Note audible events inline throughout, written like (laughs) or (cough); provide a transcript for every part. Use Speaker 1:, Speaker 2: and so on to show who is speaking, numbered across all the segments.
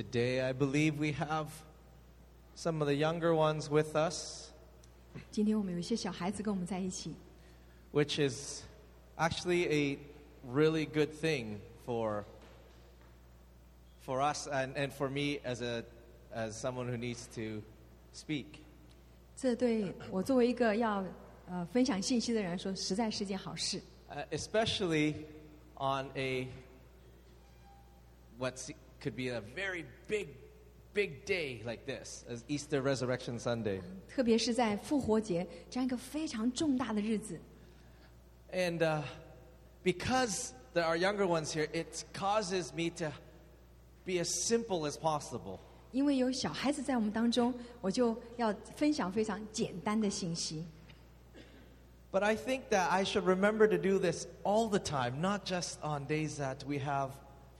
Speaker 1: Today, I believe we have some of the younger ones with us,
Speaker 2: 今天我们有一些小孩子跟我们在一起，
Speaker 1: which is actually a really good thing for, for us and, and for me as, a, as someone who needs to speak.
Speaker 2: 这对我作为一个要呃分享信息的人来说，实在是件好事。
Speaker 1: Uh, especially on a what se- could be a very big big day like this as easter resurrection sunday
Speaker 2: 特别是在复活节这样一个非常重大的日子，
Speaker 1: and uh, because there are younger ones here it causes me to be as simple as possible
Speaker 2: 因为有小孩子在我们当中，我就要分享非常简单的信息。
Speaker 1: but i think that i should remember to do this all the time not just on days that we have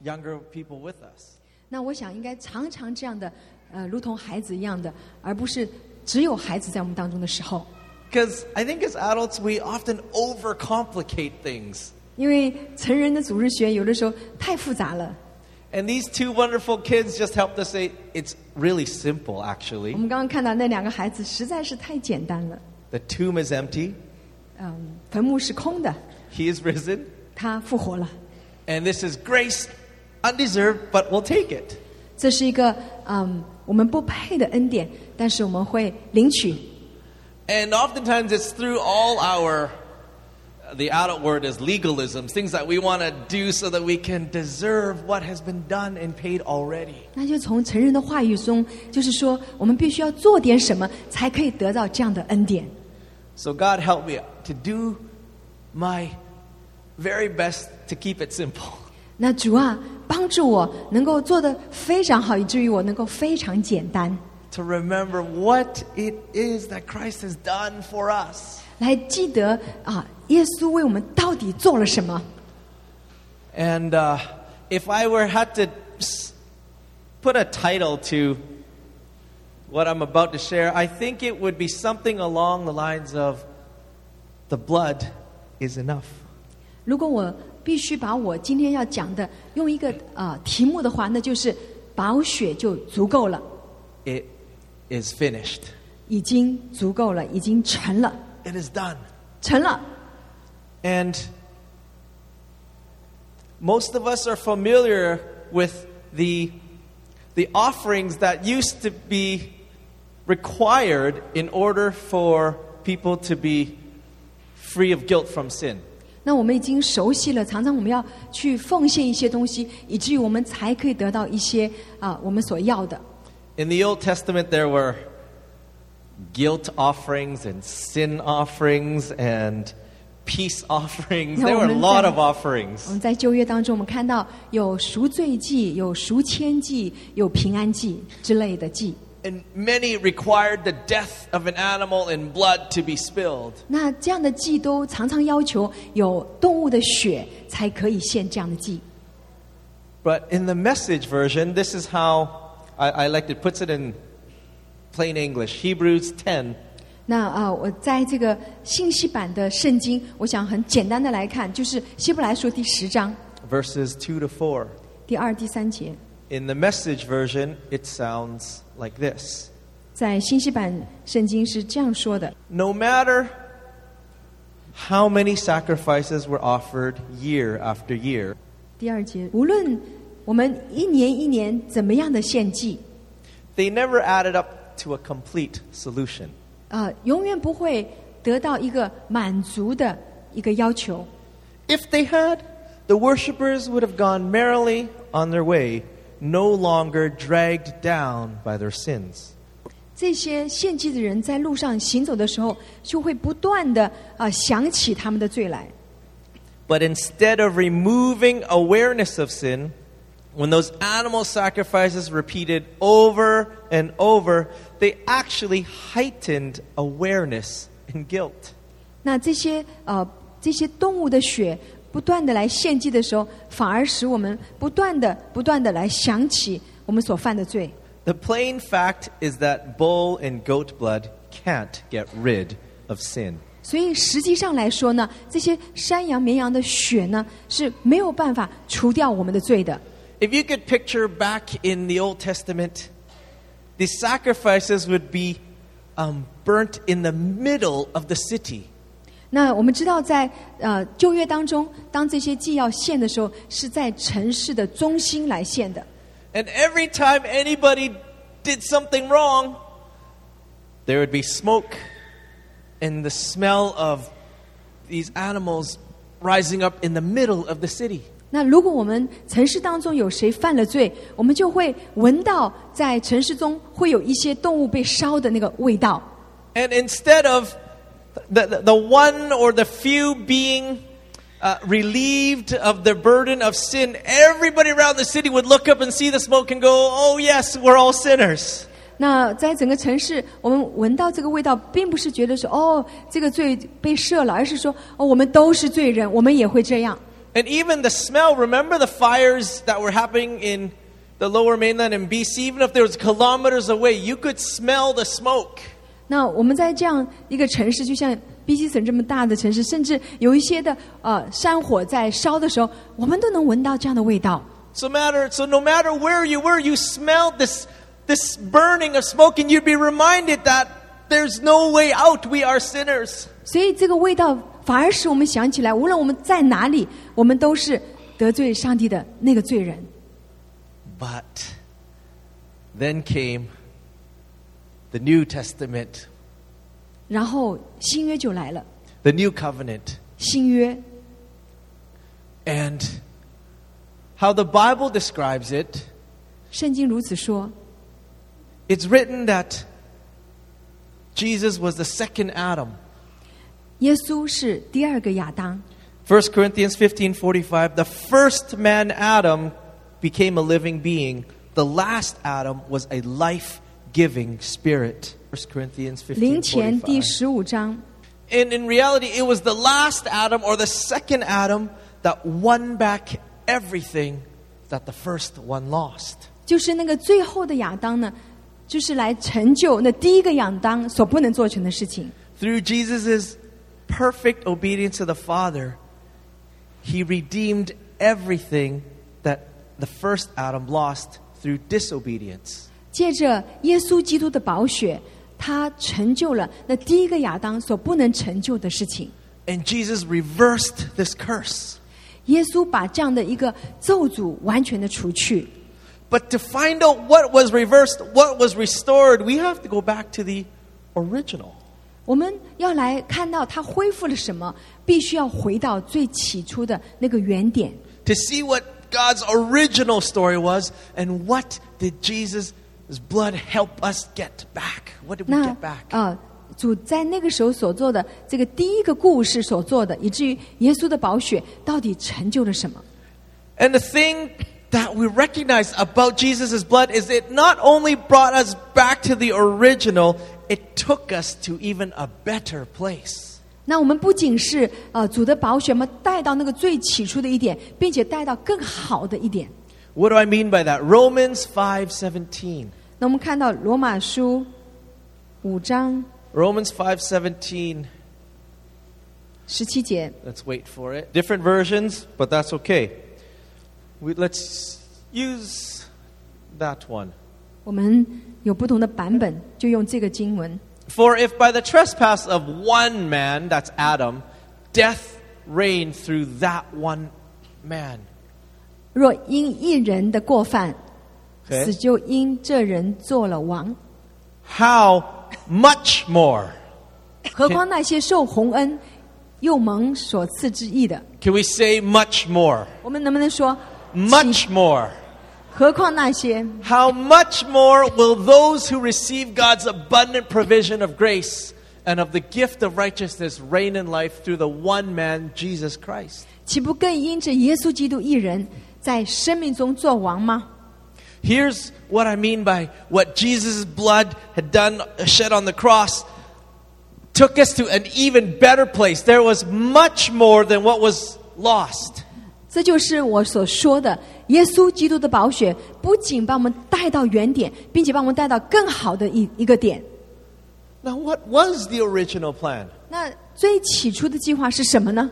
Speaker 1: younger people with us
Speaker 2: 那我想应该常常这样的，呃，如同孩子一样的，而不是只有孩子在我们当中的时候。
Speaker 1: because i think as adults we often overcomplicate things
Speaker 2: 因为成人的组织学有的时候太复杂了，
Speaker 1: And these two wonderful kids just helped us say it's really simple,
Speaker 2: 我
Speaker 1: actually.
Speaker 2: 们刚刚看到那两个孩子实在是太简单了。
Speaker 1: The tomb is empty,
Speaker 2: 嗯，坟墓是空的，
Speaker 1: he is risen,
Speaker 2: 他复活了。
Speaker 1: and this is grace undeserved, but we'll take it.
Speaker 2: 这是一个嗯我们不配的恩典，但是我们会领取。
Speaker 1: And oftentimes it's through all our, uh, the adult word is legalisms, things that we want to do so that we can deserve what has been done and paid already.
Speaker 2: 那就从成人的话语中，就是说我们必须要做点什么，才可以得到这样的恩典。
Speaker 1: So God help me to do my very best to keep it simple. (laughs)
Speaker 2: 那主啊，帮助我能够做得非常好，以至于我能够非常简单，
Speaker 1: to remember what it is that Christ has done for us.
Speaker 2: 来记得啊，耶稣为我们到底做了什么。
Speaker 1: And uh, if I were had to s- put a title to what I'm about to share, I think it would be something along the lines of "The blood is enough."
Speaker 2: 如果我必须把我今天要讲的用一个呃题目的话，那就是保血就足够了，
Speaker 1: It is finished.
Speaker 2: 已经足够了，已经成了，
Speaker 1: It is done.
Speaker 2: 成了。
Speaker 1: And most of us are familiar with the, the offerings that used to be required in order for people to be free of guilt from sin.
Speaker 2: 那我们已经熟悉了，常常我们要去奉献一些东西，以至于我们才可以得到一些啊、我们所要的。
Speaker 1: In the Old Testament, there were guilt offerings and sin offerings and peace (laughs) offerings. There were a lot of
Speaker 2: 我
Speaker 1: offerings.
Speaker 2: 们在旧约当中，我们看到有赎罪祭、有赎愆祭、有平安祭之类的祭。
Speaker 1: And many required the death of an animal and blood to be spilled.
Speaker 2: 那这样的祭都常常要求有动物的血才可以献这样的祭。
Speaker 1: But in the message version, this is how I, I like it puts it in plain English. Hebrews 10.
Speaker 2: 那啊、呃我在这个信息版的圣经，我想很简单的来看，就是希伯来书第十章
Speaker 1: Verses 2 to 4.
Speaker 2: 第二、第三节。
Speaker 1: In the message version, it sounds like this
Speaker 2: 在新西版圣经是这样说的：
Speaker 1: No matter how many sacrifices were offered year after year,
Speaker 2: 第二节，无论我们一年一年怎么样的献祭，
Speaker 1: they never added up to a complete solution.
Speaker 2: 呃，永远不会得到一个满足的一个要求。
Speaker 1: If they had, the worshippers would have gone merrily on their way, no longer dragged down by their sins.
Speaker 2: 这些献祭的人在路上行走的时候，就会不断的啊、呃想起他们的罪来。
Speaker 1: But instead of removing awareness of sin, when those animal sacrifices repeated over and over, they actually heightened awareness and guilt.
Speaker 2: 那这些呃这些动物的血不断的来献祭的时候，反而使我们不断的不断的来想起我们所犯的罪。
Speaker 1: The plain fact is that bull and goat blood can't get rid of sin.
Speaker 2: 所以实际上来说呢，这些山羊、绵羊的血呢是没有办法除掉我们的罪的。
Speaker 1: If you could picture back in the Old Testament, the sacrifices would be um, burnt in the middle of the city.
Speaker 2: 那我们知道在，呃旧约当中，当这些祭要献的时候，是在城市的中心来献的。
Speaker 1: And every time anybody did something wrong, there would be smoke and the smell of these animals rising up in the middle of the city.
Speaker 2: 那如果我们城市当中有谁犯了罪，我们就会闻到在城市中会有一些动物被烧的那个味道。
Speaker 1: And instead of the, the, the one or the few being uh, relieved of the burden of sin, everybody around the city would look up and see the smoke and go, oh, yes, we're all sinners.
Speaker 2: 那在整个城市，我们闻到这个味道，并不是觉得说哦这个罪被赦了，而是说哦我们都是罪人，我们也会这样。
Speaker 1: And even the smell, remember the fires that were happening in the lower mainland in BC? Even if there was kilometers away, you could smell the smoke.
Speaker 2: 那我们在这样一个城市，就像 BC 省这么大的城市，甚至有一些的呃山火在烧的时候，我们都能闻到这样的味道。
Speaker 1: So matter so no matter where you were, you smelled this this burning of smoke, and you'd be reminded that there's no way out. We are sinners.
Speaker 2: 所以这个味道反而使我们想起来，无论我们在哪里，我们都是得罪上帝的那个罪人。
Speaker 1: But then came the New Testament,
Speaker 2: 然后新约就来了，
Speaker 1: the New Covenant,
Speaker 2: 新约
Speaker 1: and how the Bible describes it.
Speaker 2: 圣经如此说，
Speaker 1: It's written that Jesus was the second Adam.
Speaker 2: 耶稣是第二个亚当。
Speaker 1: 1 Corinthians 15:45, the first man Adam became a living being. The last Adam was a life-giving spirit. 1 Corinthians
Speaker 2: 林前第
Speaker 1: 15:45.
Speaker 2: 十五章，
Speaker 1: And in reality, it was the last Adam or the second Adam that won back everything that the first one lost.
Speaker 2: 就是那个最后的亚当呢，就是来成就那第一个亚当所不能做成的事情。
Speaker 1: Through Jesus' perfect obedience to the Father, he redeemed everything that the first Adam lost through disobedience.
Speaker 2: 借着耶稣基督的宝血，他成就了那第一个亚当所不能成就的事情。
Speaker 1: And Jesus reversed this curse.
Speaker 2: 耶稣把这样的一个咒诅完全的除去。
Speaker 1: But to find out what was reversed, what was restored, we have to go back to the original.
Speaker 2: 我们要来看到他恢复了什么，必须要回到最起初的那个原点，
Speaker 1: To see what God's original story was and what did Jesus' blood help us get back? What did we
Speaker 2: 那
Speaker 1: get back?
Speaker 2: 啊、主在那个时候所做的这个第一个故事所做的，以至于耶稣的宝血到底成就了什么？
Speaker 1: And the thing that we recognize about Jesus' blood is it not only brought us back to the original, it took us to even a better place.
Speaker 2: 那我们不仅是呃主的宝血，我们带到那个最起初的一点，并且带到更好的一点。
Speaker 1: What do I mean by that? Romans 5:17.
Speaker 2: 那我们看到罗马书五章
Speaker 1: Romans 5:17.
Speaker 2: 十七节，
Speaker 1: Let's wait for it. Different versions, but that's okay. We, let's use that one.
Speaker 2: 我们有不同的版本，就用这个经文。
Speaker 1: For if by the trespass of one man, that's Adam, death reigned through that one man.
Speaker 2: 若因一人的过犯，
Speaker 1: Okay.
Speaker 2: 死就因这人做了王。
Speaker 1: how much more?
Speaker 2: 何况那些受洪恩又蒙所赐之义的，
Speaker 1: Can we say much more?
Speaker 2: 我们能不能说？
Speaker 1: Much more.
Speaker 2: 何况那些，
Speaker 1: How much more will those who receive God's abundant provision of grace and of the gift of righteousness reign in life through the one man, Jesus Christ?
Speaker 2: 岂不更因着耶稣基督一人在生命中做王吗？
Speaker 1: Here's what I mean by what Jesus' blood had done, shed on the cross, took us to an even better place. There was much more than what was lost.
Speaker 2: 这就是我所说的，耶稣基督的宝血不仅把我们带到原点，并且把我们带到更好的一一个点。
Speaker 1: Now, what was the original plan?
Speaker 2: 那最起初的计划是什么呢？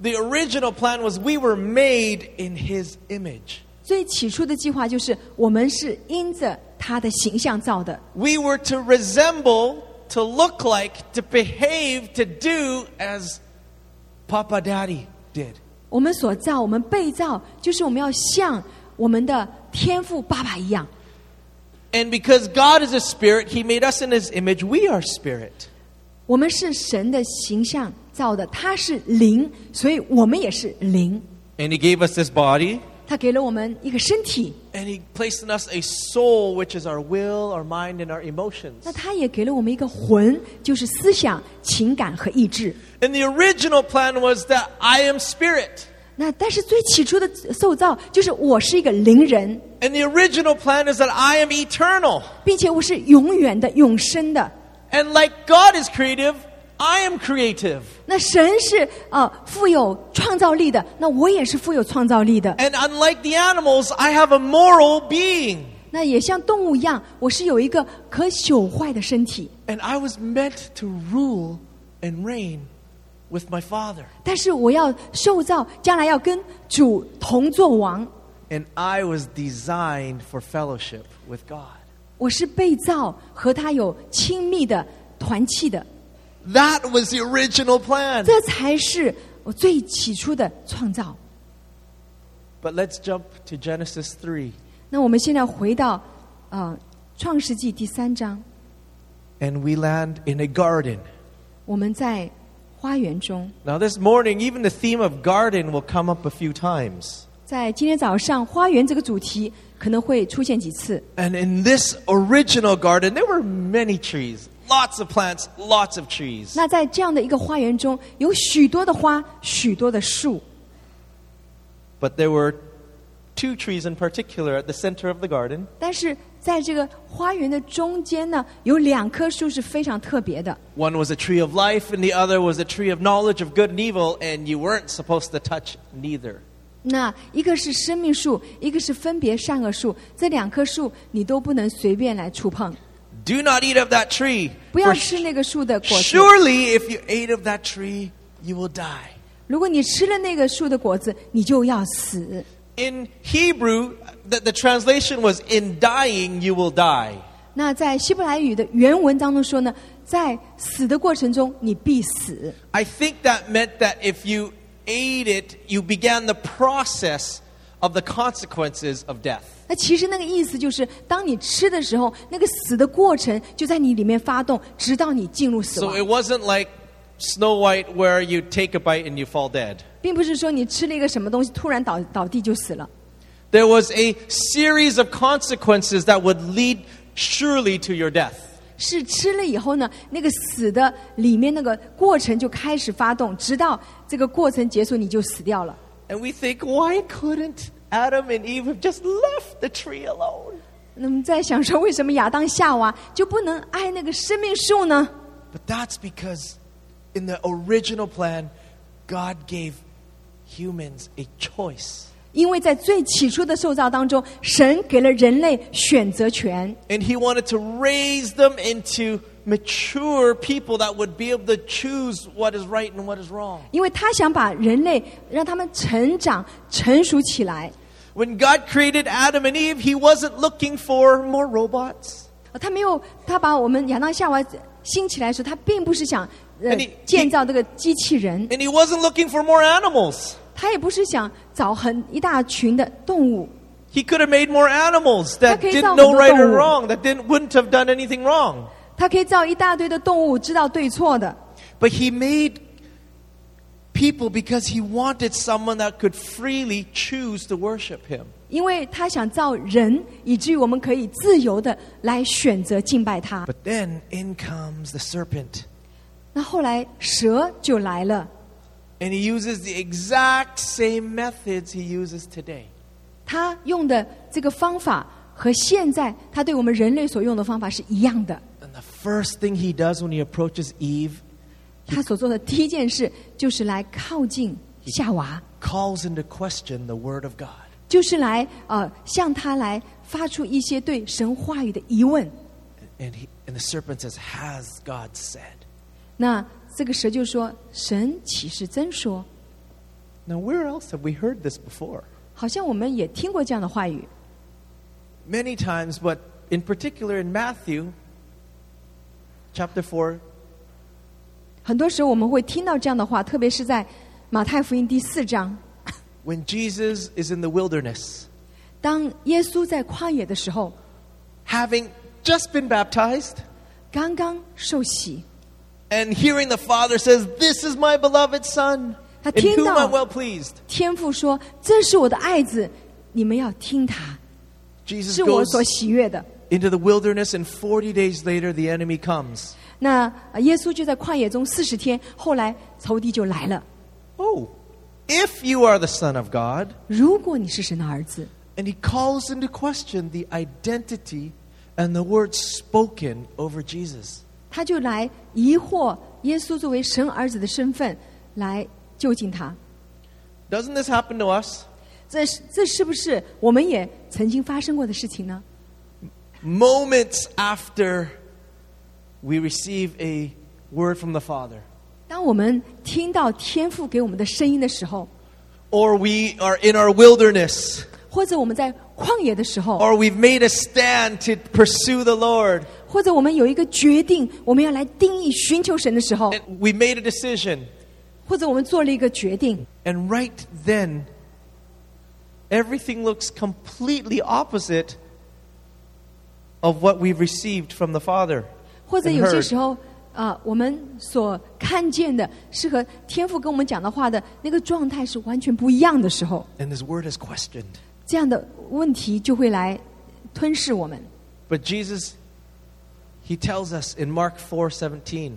Speaker 1: The original plan was we were made in His image.
Speaker 2: 最起初的计划就是我们是因着他的形象造的，
Speaker 1: We were to resemble, to look like, to behave, to do as Papa Daddy did.
Speaker 2: 我们所造，我们被造，就是我们要像我们的天父爸爸一样。
Speaker 1: And because God is a spirit, He made us in His image. We are spirit.
Speaker 2: 我们是神的形象造的，他是灵，所以我们也是灵。
Speaker 1: And He gave us this body,
Speaker 2: 他给了我们一个身体，
Speaker 1: and He placed in us a soul, which is our will, our mind, and our emotions.
Speaker 2: 那他也给了我们一个魂，就是思想、情感和意志。
Speaker 1: And the original plan was that I am spirit.
Speaker 2: 那但是最起初的塑造就是我是一个灵人，
Speaker 1: And the original plan is that I am eternal.
Speaker 2: 并且我是永远的、永生的。
Speaker 1: And like God is creative, I am creative.
Speaker 2: 那神是呃富有创造力的，那我也是富有创造力的。
Speaker 1: And unlike the animals, I have a moral being.
Speaker 2: 那也像动物一样，我是有一个可朽坏的身体，
Speaker 1: And I was meant to rule and reign with my Father.
Speaker 2: 但是我要受造，将来要跟主同作王。
Speaker 1: And I was designed for fellowship with God.
Speaker 2: 我是被造和他有亲密的团契的，
Speaker 1: That was the original plan.
Speaker 2: 这才是我最起初的创造。
Speaker 1: But let's jump to Genesis 3.
Speaker 2: 那我们现在回到呃《创世纪》第三章，
Speaker 1: And we land in a garden.
Speaker 2: 我们在花园中，
Speaker 1: Now, this morning, even the theme of garden will come up a few times.
Speaker 2: 在今天早上，花园这个主题可能会出现几次。
Speaker 1: And in this original garden, there were many trees, lots of plants, lots of trees.
Speaker 2: 那在这样的一个花园中，有许多的花，许多的树，
Speaker 1: But there were two trees in particular at the center of the garden.
Speaker 2: 但是在这个花园的中间呢，有两棵树是非常特别的。
Speaker 1: One was a tree of life, and the other was a tree of knowledge of good and evil, and you weren't supposed to touch neither.
Speaker 2: 那一个是生命树，一个是分别善恶树，这两棵树你都不能随便来触碰，
Speaker 1: Do not eat of that tree.
Speaker 2: 不要
Speaker 1: for
Speaker 2: 吃那个树的果子。
Speaker 1: surely, if you ate of that tree, you will die.
Speaker 2: 如果你吃了那个树的果子，你就要死。
Speaker 1: In Hebrew, the, the translation was, In dying, you will die.
Speaker 2: 那在希伯来语的原文当中说呢，在死的过程中你必死。
Speaker 1: I think that meant that if you ate it, you began the process of the consequences of death.
Speaker 2: 那其实那个意思就是，当你吃的时候，那个死的过程就在你里面发动，直到你进入死
Speaker 1: So
Speaker 2: 亡，
Speaker 1: it wasn't like Snow White where you take a bite and you fall dead.
Speaker 2: 并不是说你吃了一个什么东西突然倒倒地就死了。
Speaker 1: There was a series of consequences that would lead surely to your death.
Speaker 2: 是吃了以后呢，那个死的里面那个过程就开始发动，直到这个过程结束，你就死掉了。
Speaker 1: And we think, why couldn't Adam and Eve have just left the tree alone?
Speaker 2: 那么在想说，为什么亚当夏娃就不能爱那个生命树呢？
Speaker 1: But that's because in the original plan, God gave humans a choice.
Speaker 2: 因为在最起初的受造当中，神给了人类选择权，
Speaker 1: And he wanted to raise them into mature people that would be able to choose what is right and what is wrong.
Speaker 2: 因为他想把人类让他们成长成熟起来。
Speaker 1: When God created Adam and Eve, he wasn't looking for more robots.
Speaker 2: 呃他没有，他把我们亚当夏娃兴起来的时候，他并不是想
Speaker 1: 那
Speaker 2: 呃
Speaker 1: 哎你
Speaker 2: 建造这个机器人，
Speaker 1: And he wasn't looking for more animals.
Speaker 2: 他也不是想找很一大群的动物，
Speaker 1: He could have made more animals that
Speaker 2: Okay,
Speaker 1: didn't
Speaker 2: so
Speaker 1: know
Speaker 2: the
Speaker 1: right or
Speaker 2: dog.
Speaker 1: wrong, that didn't, wouldn't have done anything wrong.
Speaker 2: 他可以造一大堆的动物，知道对错的。
Speaker 1: But he made people because he wanted someone that could freely choose to worship him.
Speaker 2: 因为他想造人，以至于我们可以自由的来选择敬拜他。
Speaker 1: But then in comes the serpent.
Speaker 2: 那后来蛇就来了，
Speaker 1: And he uses the exact same methods he uses today.
Speaker 2: 他用的这个方法和现在他对我们人类所用的方法是一样的。
Speaker 1: And the first thing he does when he approaches Eve,
Speaker 2: 他所做的第一件事就是来靠近夏娃，
Speaker 1: calls into question the word of God.
Speaker 2: 就是来呃向他来发出一些对神话语的疑问。
Speaker 1: And, he, and the serpent says, Has God said?
Speaker 2: 那这个蛇就说：“神岂是真说？
Speaker 1: Now, where else have we heard this before?
Speaker 2: 好像我们也听过这样的话语，
Speaker 1: many times, but in particular in Matthew chapter 4,
Speaker 2: 很多时候我们会听到这样的话，特别是在马太福音第四章，
Speaker 1: when Jesus is in the wilderness,
Speaker 2: 当耶稣在旷野的时候，
Speaker 1: having just been baptized
Speaker 2: 刚刚受洗，
Speaker 1: and hearing the Father says, This is my beloved Son, in whom I'm
Speaker 2: 他听到-
Speaker 1: well pleased.
Speaker 2: 天父说：“这是我的爱子，你们要听他，
Speaker 1: Jesus
Speaker 2: 是我
Speaker 1: goes
Speaker 2: 所喜悦的。
Speaker 1: into the wilderness, and 40 days later, the enemy comes. ”
Speaker 2: 那呃耶稣就在旷野中四十天，后来仇敌就来了。
Speaker 1: Oh, if you are the Son of God,
Speaker 2: 如果你是神的儿子，
Speaker 1: and he calls into question the identity and the words spoken over Jesus.
Speaker 2: 他就来疑惑耶稣作为神儿子的身份来就近他。
Speaker 1: Doesn't this happen to us?
Speaker 2: 这是这是不是我们也曾经发生过的事情呢？
Speaker 1: moments after we receive a word from the Father,
Speaker 2: 当我们听到天父给我们的声音的时候，
Speaker 1: or we are in our wilderness,
Speaker 2: 或者我们在旷野的时候，
Speaker 1: or we've made a stand to pursue the Lord,
Speaker 2: 或者我们有一个决定，我们要来定义寻求神的时候，
Speaker 1: and we made a decision,
Speaker 2: 或者我们做了一个决定，
Speaker 1: and right then, everything looks completely opposite of what we've received from the Father.
Speaker 2: 或者
Speaker 1: and
Speaker 2: 有些
Speaker 1: heard.
Speaker 2: 时候啊、我们所看见的是和天父跟我们讲的话的那个状态是完全不一样的时候，
Speaker 1: And His word is questioned.
Speaker 2: 这样的问题就会来吞噬我们。
Speaker 1: But Jesus, He tells us in Mark four seventeen.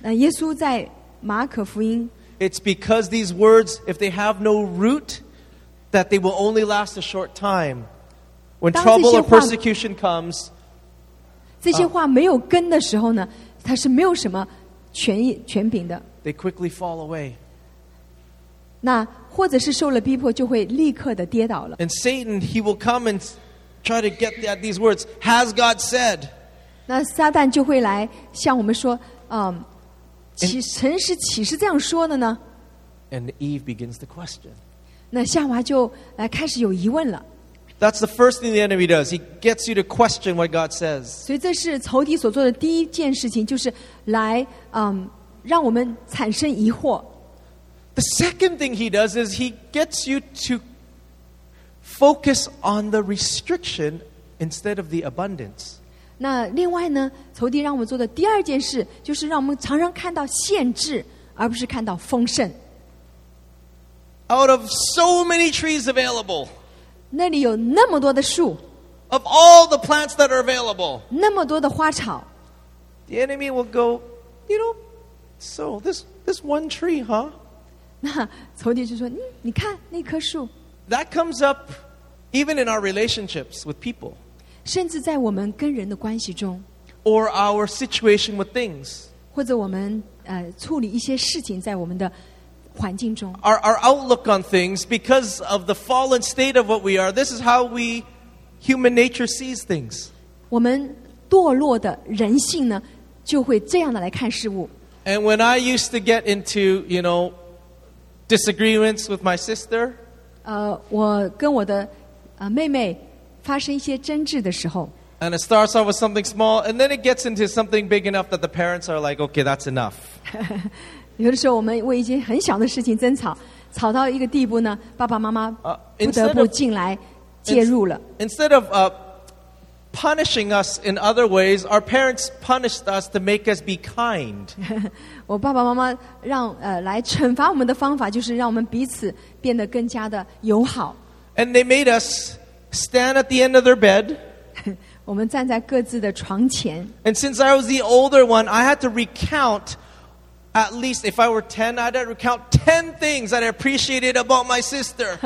Speaker 2: 那耶稣在马可福音
Speaker 1: It's because these words, if they have no root, that they will only last a short time. When
Speaker 2: 当这些
Speaker 1: trouble or
Speaker 2: 话-
Speaker 1: persecution comes,
Speaker 2: 这些话没有根的时候呢，它是没有什么权益权柄的。
Speaker 1: they quickly fall away.
Speaker 2: 那或者是受了逼迫，就会立刻的跌倒了。
Speaker 1: And Satan, he will come and s- try to get at these words. Has God said?
Speaker 2: 那撒旦就会来向我们说：“嗯，岂神是岂是这样说的呢
Speaker 1: And Eve begins to question.？”
Speaker 2: 那夏娃就来开始有疑问了。
Speaker 1: That's the first thing the enemy does. He gets you to question what God says.
Speaker 2: 所以这是仇敌所做的第一件事情，就是来嗯让我们产生疑惑。
Speaker 1: The second thing he does is he gets you to focus on the restriction instead of the abundance.
Speaker 2: 那另外呢，仇敌让我们做的第二件事，就是让我们常常看到限制，而不是看到丰盛。
Speaker 1: out of so many trees available,
Speaker 2: 那里有那么多的树，
Speaker 1: of all the plants that are available.
Speaker 2: 那么多的花草，
Speaker 1: The enemy will go, you know, so this this one tree, huh?
Speaker 2: (laughs) 那仇敌就说：“嗯，你看那棵树，
Speaker 1: That comes up even in our relationships with people
Speaker 2: 甚至在我们跟人的关系中，
Speaker 1: or our situation with things,
Speaker 2: 或者我们呃处理一些事情在我们的环境中，
Speaker 1: our, our outlook on things because of the fallen state of what we are. This is how we human nature sees things.
Speaker 2: 我们堕落的人性呢，就会这样的来看事物。
Speaker 1: And when I used to get into, you know, disagreements with my sister,
Speaker 2: 呃，我跟我的呃妹妹发生一些争执的时候，
Speaker 1: And it starts off with something small, and then it gets into something big enough that the parents are like, okay, that's enough.
Speaker 2: 有的时候我们为一些很小的事情争吵，吵到一个地步呢，爸爸妈妈
Speaker 1: 呃
Speaker 2: 不得
Speaker 1: instead
Speaker 2: 不
Speaker 1: of-
Speaker 2: 进来介入了。
Speaker 1: Instead of uh, punishing us in other ways, our parents punished us to make us be kind.
Speaker 2: 我爸爸妈妈让呃来惩罚我们的方法， (laughs) 就是让我们彼此变得更加的友好。
Speaker 1: And they made us stand at the end of their bed.
Speaker 2: 我们站在各自的床前，
Speaker 1: And since I was the older one, I had to recount at least, if I were 10, I'd have to recount 10 things that I appreciated about my sister.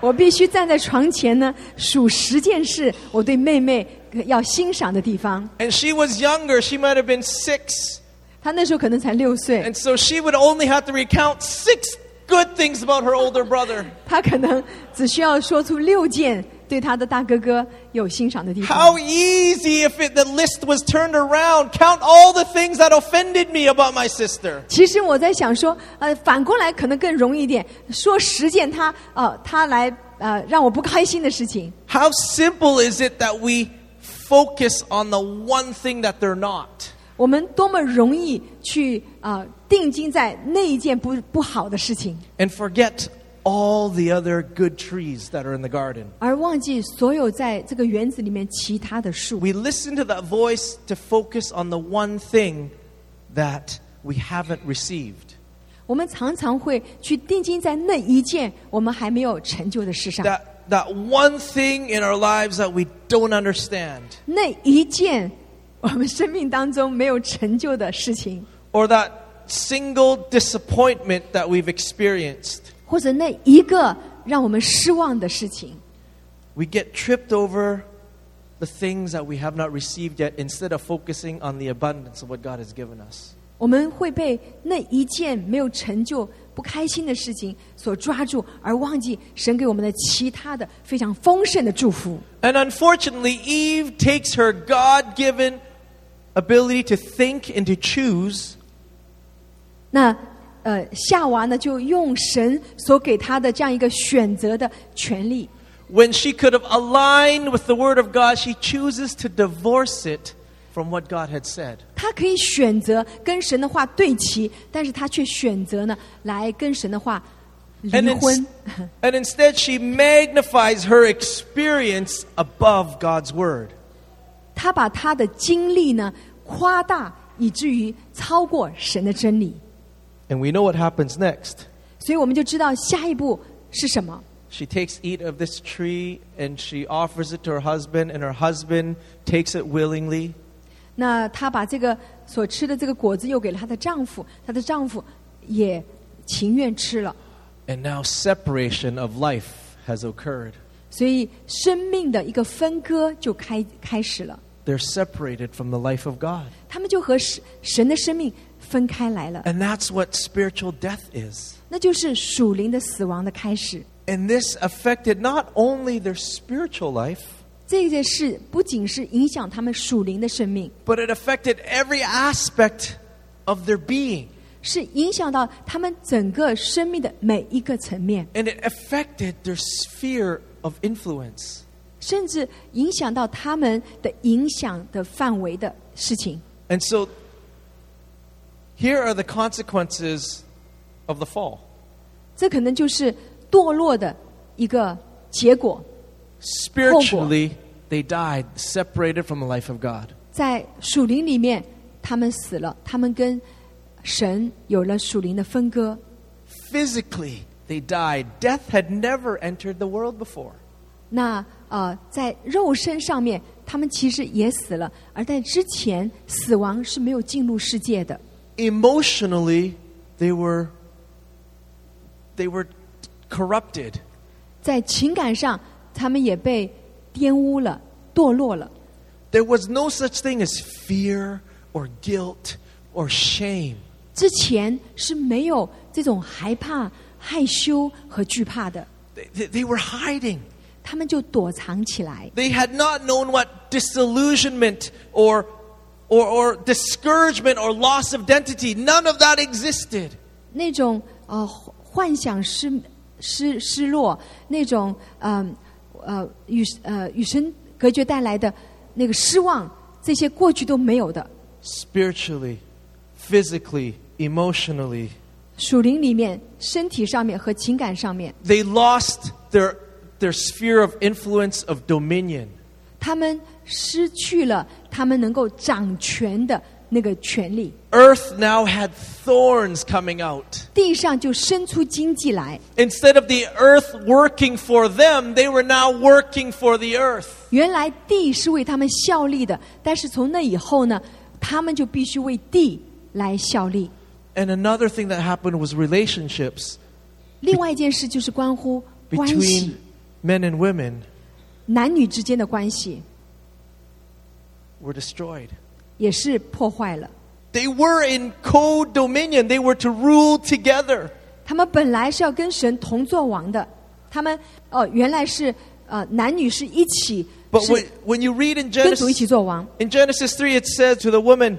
Speaker 2: 我必须站在床前呢，数十件事我对妹妹要欣赏的地方。
Speaker 1: and she was younger, she might have been six.
Speaker 2: 她那时候可能才六岁，
Speaker 1: And so she would only have to recount six good things about her older brother.
Speaker 2: 她可能只需要说出六件对他的大哥哥有欣赏的地方。
Speaker 1: How easy if it, the list was turned around. Count all the things that offended me about my sister.
Speaker 2: 其实我在想说，呃，反过来可能更容易一点，说十件他呃他来呃让我不开心的事情。
Speaker 1: How simple is it that we focus on the one thing that they're not?
Speaker 2: 我们多么容易去啊、呃定睛在那一件不不好的事情，
Speaker 1: And forget all the other good trees that are in the garden.
Speaker 2: 而忘记所有在这个园子里面其他的树。
Speaker 1: We listen to that voice to focus on the one thing that we haven't received.
Speaker 2: 我们常常会去定睛在那一件我们还没有成就的事上，
Speaker 1: That, that one thing in our lives that we don't understand.
Speaker 2: 那一件我们生命当中没有成就的事情，
Speaker 1: or that single disappointment that we've experienced.
Speaker 2: 或者那一个让我们失望的事情。
Speaker 1: We get tripped over the things that we have not received yet instead of focusing on the abundance of what God has given us.
Speaker 2: 我们会被那一件没有成就、不开心的事情所抓住，而忘记神给我们的其他的非常丰盛的祝福。
Speaker 1: And unfortunately, Eve takes her God given ability to think and to choose,
Speaker 2: 那呃，夏娃呢，就用神所给她的这样一个选择的权利，
Speaker 1: when she could have aligned with the Word of God, she chooses to divorce it from what God had said.
Speaker 2: 她可以选择跟神的话对齐，但是她却选择呢来跟神的话离
Speaker 1: And, ins-
Speaker 2: (laughs) 婚。
Speaker 1: and instead, she magnifies her experience above God's Word.
Speaker 2: 她把她的经历呢夸大，以至于超过神的真理。
Speaker 1: And we know what happens next.
Speaker 2: 所以我们就知道下一步是什么。
Speaker 1: She takes eat of this tree and she offers it to her husband, and her husband takes it willingly.
Speaker 2: 那她把这个所吃的这个果子又给了她的丈夫，她的丈夫也情愿吃了，
Speaker 1: And now separation of life has occurred.
Speaker 2: 所以生命的一个分割就开开始了。
Speaker 1: They're separated from the life of God.
Speaker 2: 他们就和神神的生命分开来了，
Speaker 1: And that's what spiritual death is.
Speaker 2: 那就是属灵的死亡的开始。
Speaker 1: And this affected not only their spiritual life,
Speaker 2: 这件事不仅是影响他们属灵的生命，
Speaker 1: but it affected every aspect of their being.
Speaker 2: 是影响到他们整个生命的每一个层面，
Speaker 1: And it affected their sphere of influence.
Speaker 2: 甚至影响到他们的影响的范围的事情。
Speaker 1: And so, here are the consequences of the fall.
Speaker 2: 这可能就是堕落的一个结果，
Speaker 1: Spiritually, they died, separated from the life of God.
Speaker 2: 在属灵里面，他们死了，他们跟神有了属灵的分割。
Speaker 1: Physically, they died. Death had never entered the world before.
Speaker 2: 那呃，在肉身上面，他们其实也死了，而在之前，死亡是没有进入世界的。
Speaker 1: Emotionally, they were they were corrupted.
Speaker 2: 在情感上，他们也被玷污了、堕落了。
Speaker 1: There was no such thing as fear or guilt or shame.
Speaker 2: 之前是没有这种害怕、害羞和惧怕的，
Speaker 1: They- they, they were hiding.
Speaker 2: 他们就躲藏起来。
Speaker 1: They had not known what disillusionment or, or, or discouragement or loss of identity. None of that existed.
Speaker 2: 那种呃幻想失失失落，那种嗯呃与呃与神隔绝带来的那个失望，这些过去都没有的。
Speaker 1: Spiritually, physically, emotionally,
Speaker 2: 属灵里面、身体上面和情感上面，
Speaker 1: they lost their, their sphere of influence of dominion.
Speaker 2: 他们失去了他们能够掌权的那个权利，
Speaker 1: Earth now had thorns coming out.
Speaker 2: 地上就生出经济来。
Speaker 1: Instead of the earth working for them, they were now working for the earth.
Speaker 2: 原来地是为他们效力的，但是从那以后呢，他们就必须为地来效力。
Speaker 1: And another thing that happened was relationships
Speaker 2: 另外一件事就是关乎关系
Speaker 1: between，men and women
Speaker 2: 男女之间的关系
Speaker 1: were destroyed.
Speaker 2: 也是破坏了。
Speaker 1: They were in co dominion. They were to rule together.
Speaker 2: 他们本来是要跟神同作王的，他们哦、原来是呃男女是一起
Speaker 1: But
Speaker 2: 是
Speaker 1: when, when you read in
Speaker 2: 跟主一起
Speaker 1: Genesis,
Speaker 2: 做王。
Speaker 1: in Genesis 3, it says to the woman,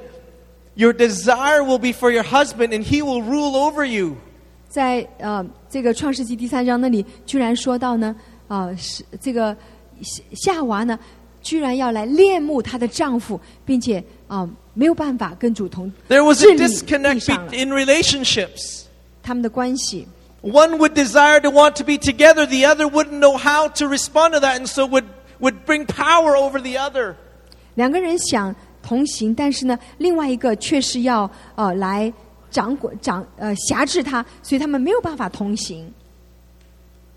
Speaker 1: Your desire will be for your husband, and he will rule over you.
Speaker 2: 在呃这个创世纪第三章那里，居然说到呢，啊是这个夏夏娃呢，居然要来恋慕她的丈夫，并且啊、没有办法跟主同
Speaker 1: There was
Speaker 2: 治
Speaker 1: a
Speaker 2: 理
Speaker 1: disconnect
Speaker 2: 地上了
Speaker 1: be- in relationships.
Speaker 2: 他们的关系。
Speaker 1: One would desire to want to be together, the other wouldn't know how to respond to that, and so would, would bring power over the other.
Speaker 2: 两个人想同行，但是呢，另外一个却是要呃来掌管掌呃辖制他，所以他们没有办法同行。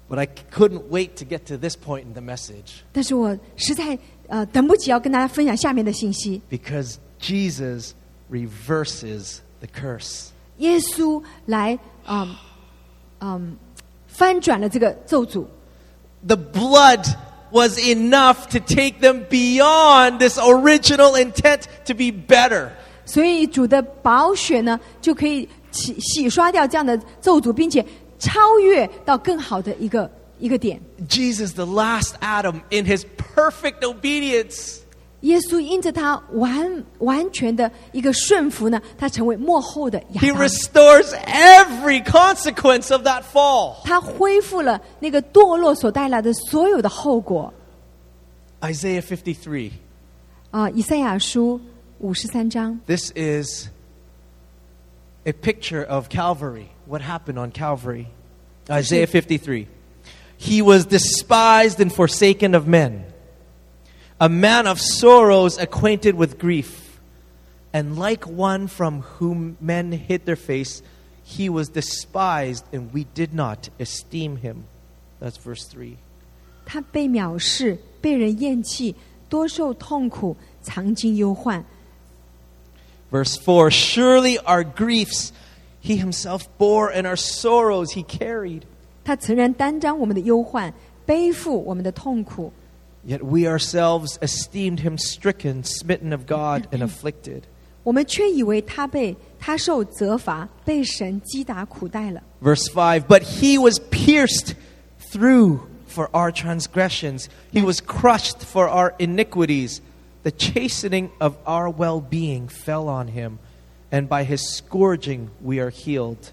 Speaker 1: But I c- couldn't wait to get to this point in the message
Speaker 2: 但是我实在呃等不及要跟大家分享下面的信息。
Speaker 1: because Jesus reverses the curse.
Speaker 2: 耶稣来，嗯嗯，翻转了这个咒诅。
Speaker 1: The blood was enough to take them beyond this original intent to be better.
Speaker 2: 所以主的宝血呢，就可以洗洗刷掉这样的咒诅，并且超越到更好的一个一个点。
Speaker 1: Jesus, the last Adam, in his perfect obedience,
Speaker 2: 耶稣因着他完完全的一个顺服呢，他成为幕后的亚
Speaker 1: he
Speaker 2: 当，
Speaker 1: restores every consequence of that fall.
Speaker 2: 他恢复了那个堕落所带来的所有的后果。
Speaker 1: Isaiah 53.
Speaker 2: 啊、以赛亚书五十三章，
Speaker 1: This is a picture of Calvary, what happened on Calvary. Isaiah 53. He was despised and forsaken of men, a man of sorrows, acquainted with grief, and like one from whom men hid their face, he was despised, and we did not esteem him. That's verse 3.
Speaker 2: 他被藐视，被人厌弃，多受痛苦，常经忧患。
Speaker 1: Verse 4 Surely our griefs he himself bore, and our sorrows he carried.
Speaker 2: 他诚然担当我们的忧患，背负我们的痛苦。
Speaker 1: Yet we ourselves esteemed him stricken, smitten of God, and afflicted.
Speaker 2: 我们却以为他被他受责罚，被神击打苦待了。
Speaker 1: Verse 5 But he was pierced through for our transgressions, he was crushed for our iniquities. The chastening of our well being fell on him, and by his scourging we are healed.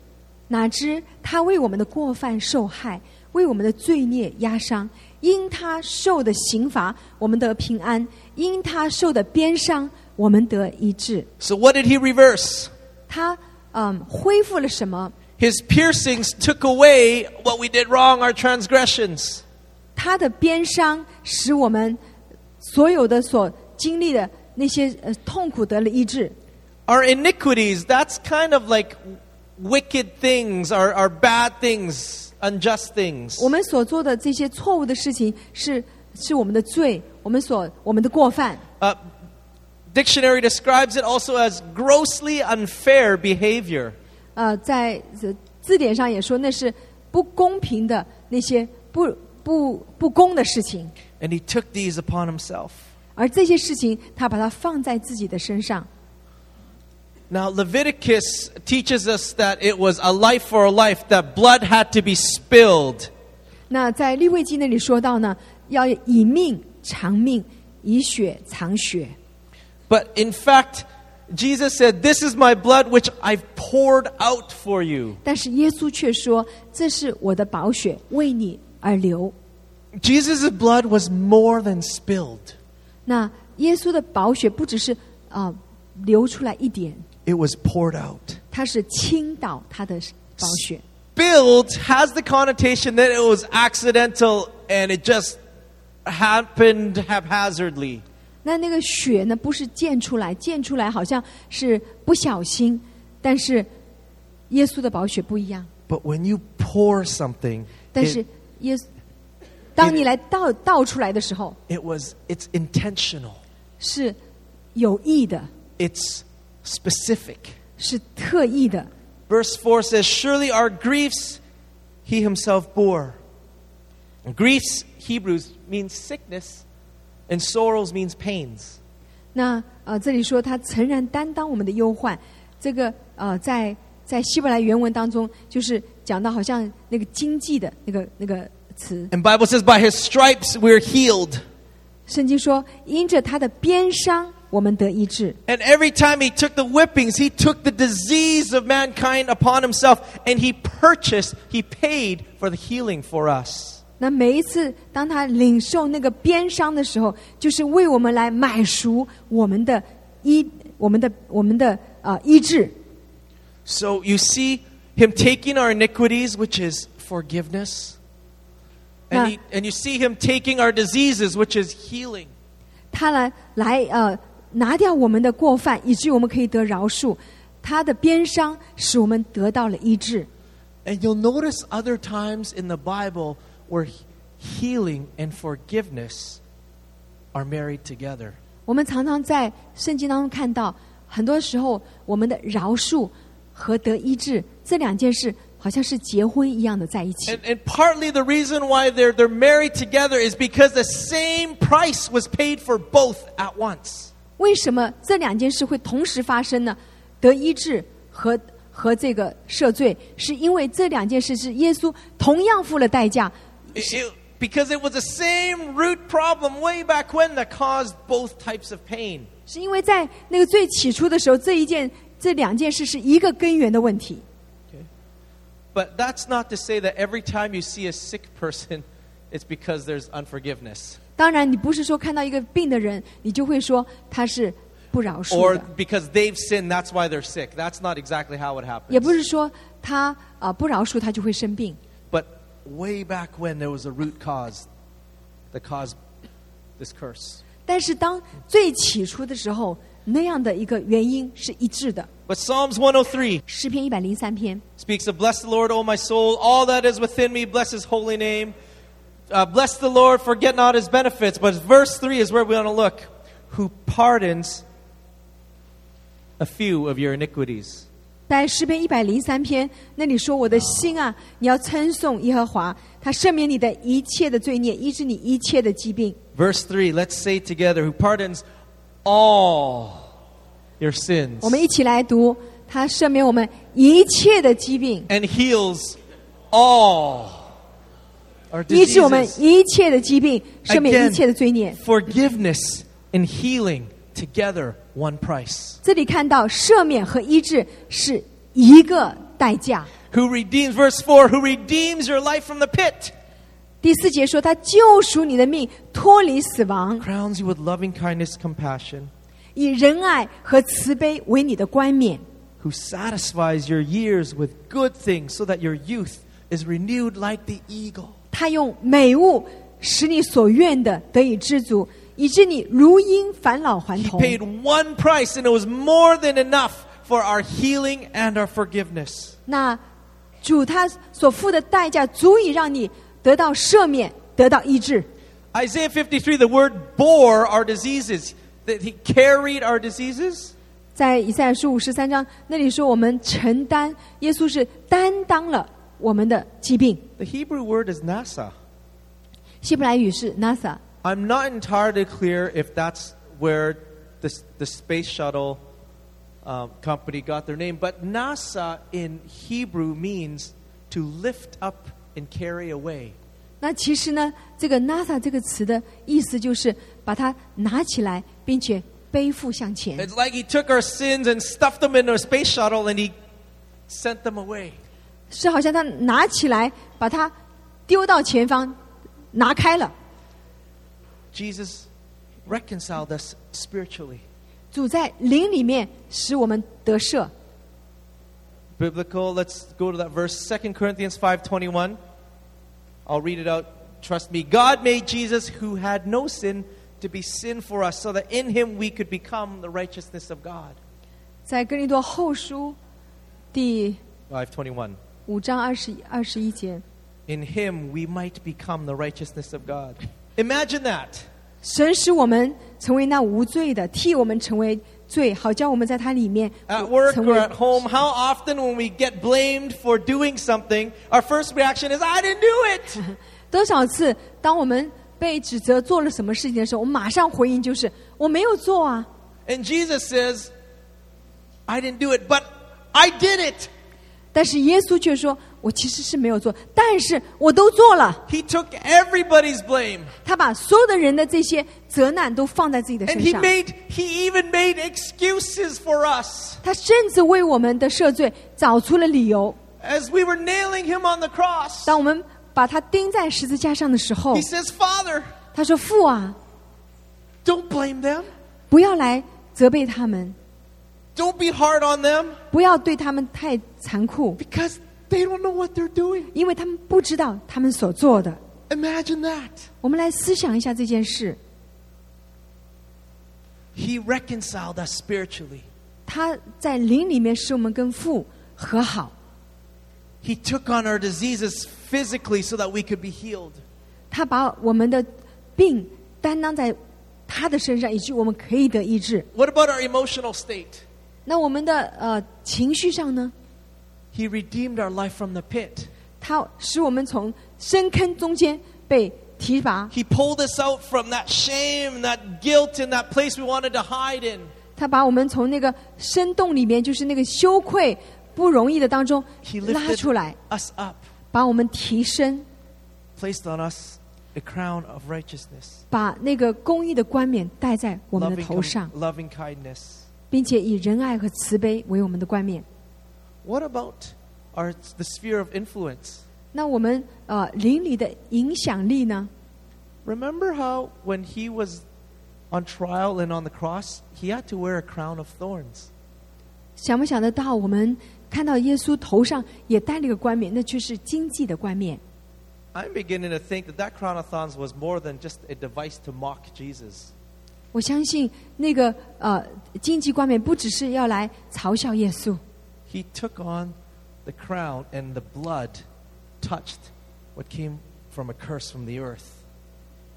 Speaker 2: 哪知他为我们的过犯受害，为我们的罪孽压伤。因他受的刑罚，我们得平安；因他受的鞭伤，我们得医治。
Speaker 1: So, what did he reverse?
Speaker 2: 他嗯，恢复了什么？
Speaker 1: His piercings took away what we did wrong, our transgressions.
Speaker 2: 他的鞭伤使我们所有的所经历的那些呃痛苦得了医治。
Speaker 1: Our iniquities, that's kind of like wicked things, our, our bad things, unjust things.
Speaker 2: 我们所做的这些错误的事情是是我们的罪，我们所我们的过犯。
Speaker 1: Uh, dictionary describes it also as grossly unfair behavior.
Speaker 2: 呃，在呃字典上也说那是不公平的那些不不不公的事情，
Speaker 1: And he took these upon himself.
Speaker 2: 而这些事情他把它放在自己的身上。
Speaker 1: Now, Leviticus teaches us that it was a life for a life, that blood had to be spilled.
Speaker 2: 那在利未记那里说到呢，要以命偿命，以血偿血。
Speaker 1: But in fact, Jesus said, This is my blood which I've poured out for you.
Speaker 2: 但是耶稣却说：“这是我的宝血，为你而流。
Speaker 1: Jesus' blood was more than spilled, ”
Speaker 2: 那耶稣的宝血不只是啊、呃流出来一点，
Speaker 1: it was poured out.
Speaker 2: 它是倾倒他的宝血。
Speaker 1: Spilled has the connotation that it was accidental and it just happened haphazardly.
Speaker 2: 那那个血呢，不是溅出来，溅出来好像是不小心，但是耶稣的宝血不一样。
Speaker 1: But when you pour something,
Speaker 2: 但是
Speaker 1: it,
Speaker 2: 耶稣，当你来倒倒出来的时候，
Speaker 1: it was it's intentional.
Speaker 2: 是有意的，
Speaker 1: It's specific.
Speaker 2: 是特意的。
Speaker 1: Verse 4 says, Surely our griefs he himself bore. And griefs, Hebrews, means sickness, and sorrows means pains.
Speaker 2: 那呃，这里说他诚然担当我们的忧患，这个呃，在在希伯来原文当中，就是讲到好像那个经济的那个那个词。
Speaker 1: And Bible says, by his stripes we're healed.
Speaker 2: 圣经说，因着他的鞭伤，我们得医治。
Speaker 1: And every time he took the whippings, he took the disease of mankind upon himself and he purchased, he paid for the healing for us.
Speaker 2: 那每一次当他领受那个鞭伤的时候，就是为我们来买赎我们的医、我们的、我们的呃医治。
Speaker 1: So you see him taking our iniquities, which is forgiveness. And,
Speaker 2: Yeah.
Speaker 1: he, and you see him taking our diseases, which is healing.
Speaker 2: 他来来呃拿掉我们的过犯，以至于我们可以得饶恕。他的鞭伤使我们得到了医治。
Speaker 1: And you'll notice other times in the Bible where he- healing and forgiveness are married together.
Speaker 2: 我们常常在圣经当中看到，很多时候我们的饶恕和得医治这两件事，好像是结婚一样的在一起
Speaker 1: And,。and partly the reason why they're, they're married together is because the same price was paid for both at once.
Speaker 2: 为什么这两件事会同时发生呢？得医治和和这个赦罪，是因为这两件事是耶稣同样付了代价，
Speaker 1: It- it- because it was the same root problem way back when that caused both types of pain.
Speaker 2: 是因为在那个最起初的时候，这一件这两件事是一个根源的问题。
Speaker 1: But that's not to say that every time you see a sick person, (laughs) it's because there's unforgiveness
Speaker 2: 当然，你不是说看到一个病的人，你就会说他是不饶恕
Speaker 1: or
Speaker 2: 的，
Speaker 1: because they've sinned, that's why they're sick. That's not exactly how it
Speaker 2: 也不
Speaker 1: happens.
Speaker 2: 是说他啊、呃不饶恕他就会生病。
Speaker 1: But way back when there was a root cause that caused this curse.
Speaker 2: 但是当最起初的时候，那样的一个原因是一致的。
Speaker 1: But Psalms 103
Speaker 2: 诗篇一百零三篇。
Speaker 1: speaks of bless the Lord, O my soul, all that is within me, bless his holy name. Uh, bless the Lord, forget not his benefits. But verse 3 is where we want to look. Who pardons a few of your iniquities.
Speaker 2: 在诗篇一百零三篇那里说：“我的心啊，你要称颂耶和华，他赦免你的一切的罪孽，医治你一切的疾病。
Speaker 1: Verse 3, let's say together, who pardons all your ” sins
Speaker 2: 我们一起来读：“他赦免我们一切的疾病，
Speaker 1: and heals all our
Speaker 2: 医治我们
Speaker 1: diseases.
Speaker 2: 一切的疾病，赦免一切的罪孽
Speaker 1: Again,。forgiveness and healing together, one price. ”
Speaker 2: 这里看到赦免和医治是一个代价。
Speaker 1: Who redeems, verse 4, who redeems your life from the pit,
Speaker 2: 第四节说：“他救赎你的命，脱离死亡，
Speaker 1: crowns you with loving kindness, compassion,
Speaker 2: 以仁爱和慈悲为你的冠冕。
Speaker 1: who satisfies your years with good things so that your youth is renewed like the eagle.
Speaker 2: 他用美物使你所愿的得以知足，以致你如因返老还
Speaker 1: He
Speaker 2: 童。
Speaker 1: paid one price, and it was more than enough for our healing and our forgiveness.
Speaker 2: 那主他所付的代价，足以让你得到赦免，得到医治。
Speaker 1: Isaiah 53, the word bore our diseases, that he carried our diseases.
Speaker 2: 在以赛亚书五十三章那里说，我们承担，耶稣是担当了我们的疾病。
Speaker 1: The Hebrew word is nasa.
Speaker 2: 希伯来语是 nasa。
Speaker 1: I'm not entirely clear if that's where this, the space shuttle um, company got their name, but NASA in Hebrew means to lift up and carry away.
Speaker 2: 那其实呢，这个 nasa 这个词的意思就是把它拿起来，并且背负向前。
Speaker 1: It's like he took our sins and stuffed them into a space shuttle and he sent them away.
Speaker 2: 是好像他拿起来，把它丢到前方，拿开了。
Speaker 1: Jesus reconciled us spiritually.
Speaker 2: 主在灵里面使我们得赦。
Speaker 1: Biblical, let's go to that verse 2 Corinthians 5:21. I'll read it out. Trust me. God made Jesus who had no sin to be sin for us so that in him we could become the righteousness of God.
Speaker 2: 在哥林多后书第
Speaker 1: 5:21.
Speaker 2: 五章二十二十一节，
Speaker 1: In him we might become the righteousness of God. Imagine that.
Speaker 2: 神使我们成为那无罪的，替我们成为罪，好叫我们在他里面
Speaker 1: At work
Speaker 2: 成
Speaker 1: or
Speaker 2: 为
Speaker 1: at。home, how often when we get blamed for doing something, our first reaction is, I didn't do it.
Speaker 2: 多少次当我们被指责做了什么事情的时候，我们马上回应就是我没有做啊。
Speaker 1: And Jesus says, I didn't do it, but I did it.
Speaker 2: 但是耶稣却说：“我其实是没有做，但是我都做了。
Speaker 1: He took everybody's blame.
Speaker 2: 他把所有的人的这些责难都放在自己的
Speaker 1: And
Speaker 2: 身
Speaker 1: he
Speaker 2: 上，
Speaker 1: made he even made excuses for us.
Speaker 2: 他甚至为我们的赦罪找出了理由。
Speaker 1: As we were nailing him on the cross,
Speaker 2: 当我们把他钉在十字架上的时候
Speaker 1: he，says, "Father,
Speaker 2: 他说：“父啊，
Speaker 1: don't blame them.
Speaker 2: 不要来责备他们，
Speaker 1: Don't be hard on them
Speaker 2: 不要对他们太残酷，
Speaker 1: because they don't know what they're doing."
Speaker 2: 因为他们不知道他们所做的。
Speaker 1: Imagine that. ”
Speaker 2: 我们来思想一下这件事，
Speaker 1: He reconciled us spiritually.
Speaker 2: 他在灵里面使我们跟父和好，
Speaker 1: He took on our diseases physically so that we could be healed.
Speaker 2: 他把我们的病担当在他的身上，以及我们可以得医治。
Speaker 1: What about our emotional state?
Speaker 2: 那我们的呃情绪上呢？
Speaker 1: He redeemed our life from the pit.
Speaker 2: 他使我们从深坑中间被提拔，
Speaker 1: He pulled us out from that shame, and that guilt, and that place we wanted to hide in.
Speaker 2: 他把我们从那个深洞里面，就是那个羞愧、不容易的当中
Speaker 1: He
Speaker 2: 拉
Speaker 1: lifted
Speaker 2: 出来，
Speaker 1: us up,
Speaker 2: 把我们提升，
Speaker 1: placed on us a crown of righteousness,
Speaker 2: 把那个公义的冠冕戴在我们的
Speaker 1: loving,
Speaker 2: 头上
Speaker 1: com-，loving kindness.
Speaker 2: 并且以仁爱和慈悲为我们的冠冕。
Speaker 1: What about our, the sphere of influence?
Speaker 2: 那我们呃邻里的影响力呢？
Speaker 1: Remember how when he was on trial and on the cross, he had to wear a crown of thorns.
Speaker 2: 想不想得到，我们看到耶稣头上也戴了个冠冕，那却是经济的冠冕。
Speaker 1: I'm beginning to think that that crown of thorns was more than just a device to mock Jesus.
Speaker 2: 我相信那个呃经济冠冕不只是要来嘲笑耶稣，
Speaker 1: He took on the crown, and the blood touched what came from a curse from the earth.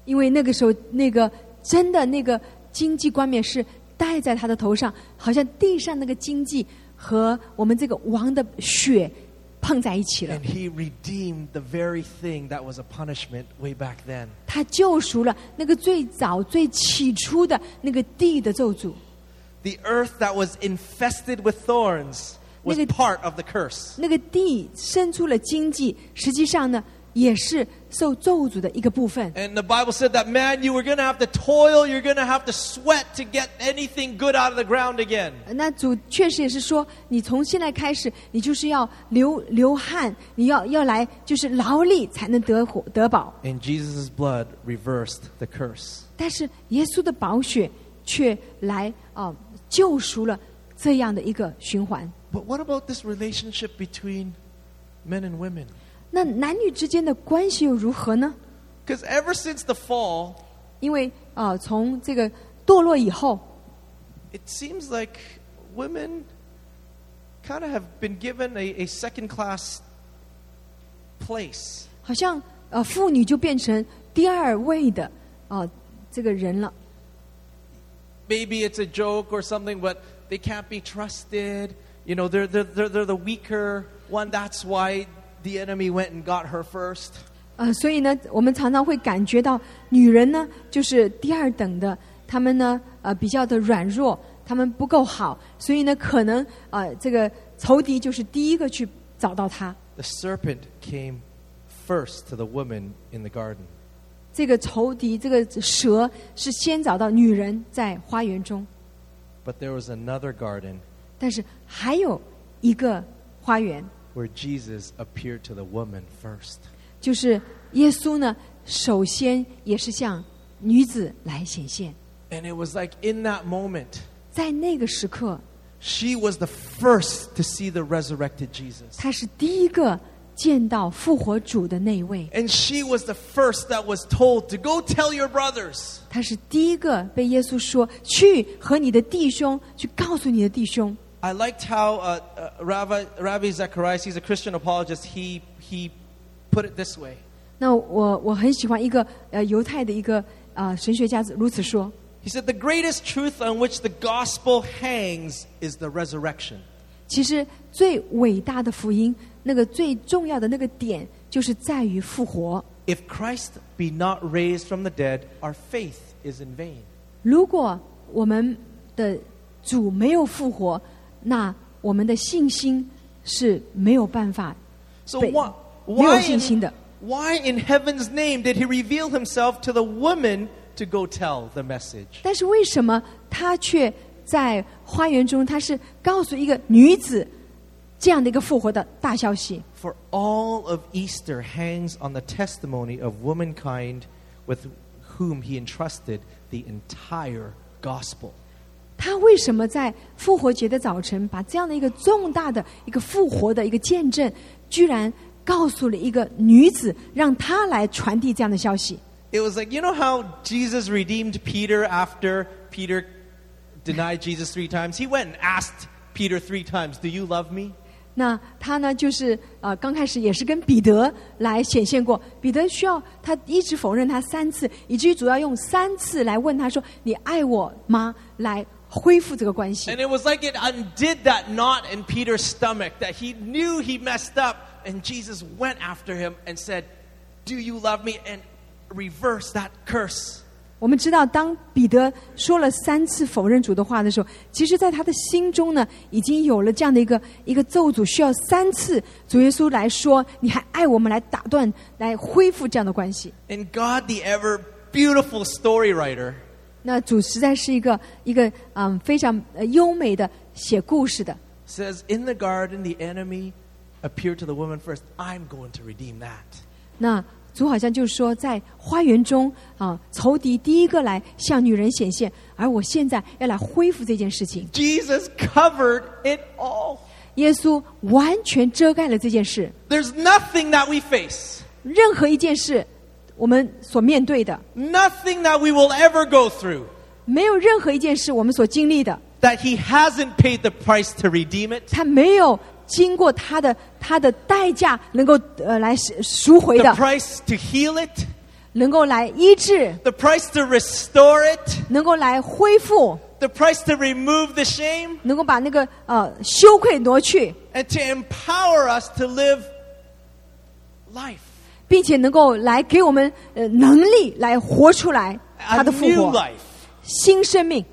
Speaker 2: 因为那个时候那个真的那个经济冠冕是戴在他的头上，好像地上那个经济和我们这个王的血碰在一起了
Speaker 1: And，he redeemed the very thing that was a punishment way back then.
Speaker 2: 他救赎了那个最早最起初的那个地的咒诅。
Speaker 1: The earth that was infested with thorns was
Speaker 2: Nigga-
Speaker 1: part of the curse.
Speaker 2: 那个地生出了经济，实际上呢，也是受咒诅的一个部分。
Speaker 1: And the Bible said that, man, you were going to have to toil, you're going to have to sweat to get anything good out of the ground again.
Speaker 2: 那主确实也是说，你从现在开始，你就是要流流汗，你要要来就是劳力才能得火得饱。
Speaker 1: And Jesus' blood reversed the curse.
Speaker 2: 但是耶稣的宝血却来啊、呃救赎了这样的一个循环。
Speaker 1: But what about this relationship between men and women?
Speaker 2: 那男女之间的关系又如何呢？
Speaker 1: Because ever since the fall,
Speaker 2: 因为啊、呃从这个堕落以后，
Speaker 1: it seems like women kind of have been given a, a second class place.
Speaker 2: 好像呃妇女就变成第二位的啊、呃这个人了。
Speaker 1: Maybe it's a joke or something, but they can't be trusted. You know, they're, they're, they're, they're the weaker one. That's why the enemy went and got her first.
Speaker 2: 呃，所以呢，我们常常会感觉到女人呢就是第二等的，她们呢呃比较的软弱，她们不够好，所以呢可能呃这个仇敌就是第一个去找到她。
Speaker 1: The serpent came first to the woman in the garden.
Speaker 2: 这个仇敌，这个蛇是先找到女人在花园中，
Speaker 1: But there was another garden
Speaker 2: 但是还有一个花园，
Speaker 1: where Jesus appeared to the woman first.
Speaker 2: 就是耶稣呢首先也是向女子来显现，
Speaker 1: And it was like in that moment,
Speaker 2: 在那个时刻，
Speaker 1: She was the first to see the resurrected Jesus.
Speaker 2: 她是第一个见到复活主的那一位。
Speaker 1: And she was the first that was told to go tell your brothers.
Speaker 2: 他是第一个被耶稣说去和你的弟兄去告诉你的弟兄。
Speaker 1: I liked how uh, uh, Rabbi, Rabbi Zacharias, he's a Christian apologist, he, he put it this way.
Speaker 2: 那我我很喜欢一个呃犹太的一个呃神学家如此说，
Speaker 1: He said, The greatest truth on which the gospel hangs is the resurrection.
Speaker 2: 其实最伟大的福音，那个最重要的那个点，就是在于复活。
Speaker 1: If Christ be not raised from the dead, our faith is in vain.
Speaker 2: 如果我们的主没有复活，那我们的信心是没有办法
Speaker 1: So
Speaker 2: 被
Speaker 1: why,
Speaker 2: 没有
Speaker 1: why,
Speaker 2: 信心
Speaker 1: in,
Speaker 2: 的。
Speaker 1: why in heaven's name did he reveal himself to the woman to go tell the message?
Speaker 2: 但是为什么他却在花园中，他是告诉一个女子这样的一个复活的大消息？
Speaker 1: For all of Easter hangs on the testimony of womankind with whom he entrusted the entire gospel.
Speaker 2: 他为什么在复活节的早晨把这样的一个重大的一个复活的一个见证，居然告诉了一个女子，让她来传递这样的消息？
Speaker 1: It was like, you know how Jesus redeemed Peter after Peter denied Jesus three times? He went and asked Peter three times, Do you love me?
Speaker 2: 那他呢，就是呃，刚开始也是跟彼得来显现过，彼得需要他一直否认他三次，以至于主要用三次来问他说：“你爱我吗？”来恢复这个关系
Speaker 1: And。it was like it undid that knot in Peter's stomach that he knew he messed up. And Jesus went after him and said, Do you love me? And reverse that curse.
Speaker 2: 我们知道，当彼得说了三次否认主的话的时候，其实，在他的心中呢，已经有了这样的一个一个咒诅，需要三次主耶稣来说：“你还爱我们？”来打断，来恢复这样的关系。
Speaker 1: And God, the ever beautiful story writer,
Speaker 2: 那主实在是一个一个嗯非常呃优美的写故事的。
Speaker 1: says, In the garden, the enemy appeared to the woman first. I'm going to redeem that.
Speaker 2: 那主好像就是说，在花园中啊，仇敌第一个来向女人显现，而我现在要来恢复这件事情。
Speaker 1: Jesus covered it all.
Speaker 2: 耶稣完全遮盖了这件事，
Speaker 1: There's nothing that we face,
Speaker 2: 任何一件事我们所面对的，
Speaker 1: nothing that we will ever go through,
Speaker 2: 没有任何一件事我们所经历的，
Speaker 1: that He hasn't paid the price to redeem it.
Speaker 2: 他没有经过他的他的代价能够呃来赎赎回
Speaker 1: the
Speaker 2: 的，
Speaker 1: price to heal it,
Speaker 2: 能够来医治，
Speaker 1: the price to restore it,
Speaker 2: 能够来恢复，
Speaker 1: the price to remove the shame,
Speaker 2: 能够把那个呃羞愧挪去，
Speaker 1: and to empower us to live life.
Speaker 2: 并且能够来给我们呃能力来活出来他
Speaker 1: A
Speaker 2: 的复
Speaker 1: new
Speaker 2: 活
Speaker 1: life.
Speaker 2: 新生命。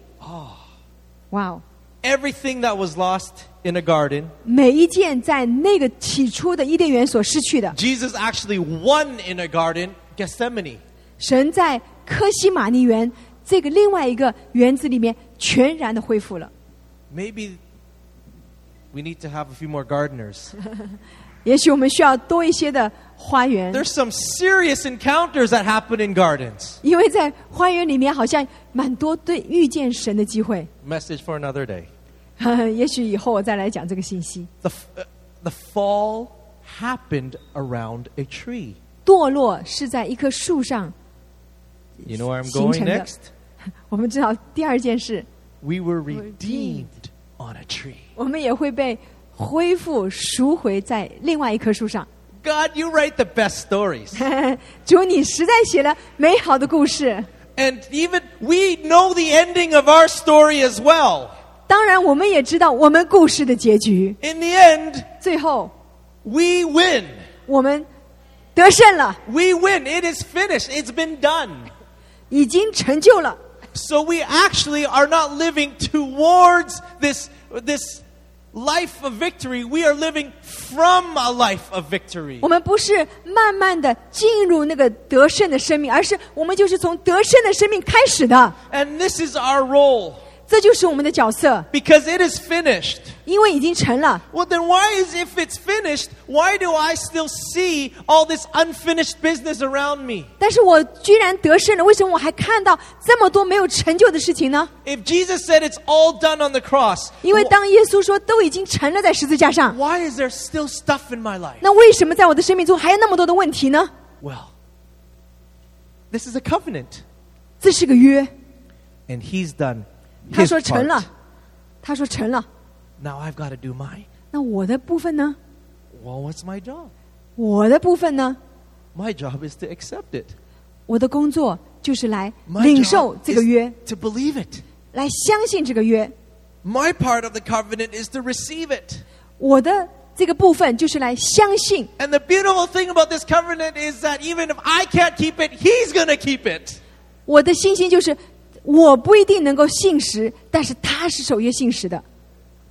Speaker 2: 哇哦！
Speaker 1: Everything that was lost in a garden,
Speaker 2: 每一件在那个起初的伊甸园所失去的，
Speaker 1: Jesus actually won in a garden, Gethsemane.
Speaker 2: 神在科西玛尼园这个另外一个园子里面全然的恢复了。
Speaker 1: Maybe we need to have a few more gardeners.
Speaker 2: 也许我们需要多一些的花园，
Speaker 1: There's some serious encounters that happen in gardens.
Speaker 2: 因为在花园里面好像蛮多对遇见神的机会。 (laughs)
Speaker 1: Message for another day.
Speaker 2: 也许以后我再来讲这个信息。
Speaker 1: The, f- uh, the fall happened around a tree.
Speaker 2: 堕落是在一棵树上
Speaker 1: You know where I'm
Speaker 2: 形
Speaker 1: going
Speaker 2: 成的。
Speaker 1: next?
Speaker 2: (laughs) 我们知道第二件事，
Speaker 1: We were redeemed
Speaker 2: redeemed.
Speaker 1: on a tree.
Speaker 2: 我们也会被恢复赎回在另外一棵树上。 (laughs)
Speaker 1: God, you write the best stories.
Speaker 2: 主，你实在写了美好的故事。
Speaker 1: and even we know the ending of our story as well.
Speaker 2: 当然，我们也知道我们故事的结局，
Speaker 1: In the end,
Speaker 2: 最后
Speaker 1: we win.
Speaker 2: 我们得胜了，
Speaker 1: We win. It is finished. It's been done.
Speaker 2: 已经成就了。
Speaker 1: So we actually are not living towards this this life of victory. We are living from a life of victory.
Speaker 2: 我们不是慢慢的进入那个得胜的生命，而是我们就是从得胜的生命开始的，
Speaker 1: And this is our role
Speaker 2: 这就是我们的角色，
Speaker 1: because it is finished.
Speaker 2: 因为已经成了。
Speaker 1: Well, then why is if it's finished, why do I still see all this unfinished business around me?
Speaker 2: 但是我居然得胜了，为什么我还看到这么多没有成就的事情呢？
Speaker 1: If Jesus said it's all done on the cross,
Speaker 2: 因为
Speaker 1: wh-
Speaker 2: 当耶稣说都已经成了在十字架上，
Speaker 1: why is there still stuff in my life?
Speaker 2: 那为什么在我的生命中还有那么多的问题呢？
Speaker 1: Well, this is a covenant,
Speaker 2: 这是个约，
Speaker 1: and He's done
Speaker 2: 他
Speaker 1: His
Speaker 2: 说成
Speaker 1: part.
Speaker 2: 了，他说成了，
Speaker 1: Now I've got to do mine.
Speaker 2: 那我的部分呢？
Speaker 1: Well, what's my job?
Speaker 2: 我的部分呢？
Speaker 1: My job is to accept it.
Speaker 2: 我的工作就是来
Speaker 1: My
Speaker 2: 领
Speaker 1: job
Speaker 2: 受这个
Speaker 1: is
Speaker 2: 约，
Speaker 1: to believe it.
Speaker 2: 来相信这个约。
Speaker 1: My part of the covenant is to receive it.
Speaker 2: 我的这个部分就是来相信。
Speaker 1: And the beautiful thing about this covenant is that even if I can't keep it, He's going to keep it.
Speaker 2: 我的信心就是，我不一定能够信实，但是他是守约信实的。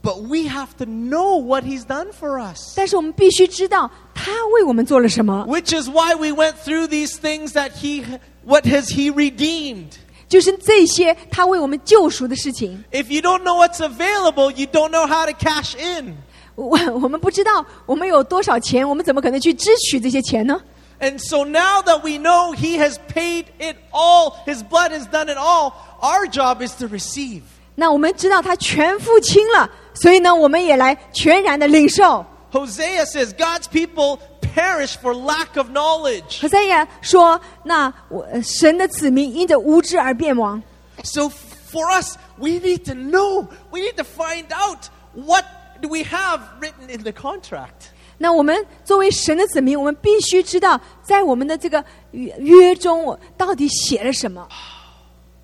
Speaker 1: But we have to know what He's done for us.
Speaker 2: 但是我们必须知道他为我们做了什么，
Speaker 1: Which is why we went through these things that He, what has He redeemed?
Speaker 2: 就是这些他为我们救赎的事情。
Speaker 1: If you don't know what's available, you don't know how to cash in.
Speaker 2: 我我们不知道我们有多少钱，我们怎么可能去支取这些钱呢？
Speaker 1: And so now that we know He has paid it all, His blood has done it all, our job is to receive.
Speaker 2: 那我们知道他全付清了，所以呢，我们也来全然的领受。
Speaker 1: Hosea says, God's people perish for lack of knowledge.
Speaker 2: 何塞亚说：“那我呃神的子民因着无知而变亡。
Speaker 1: So f- for us, we need to know, we need to find out what do we have written in the contract.
Speaker 2: 那我们作为神的子民，我们必须知道，在我们的这个约约中，我到底写了什么？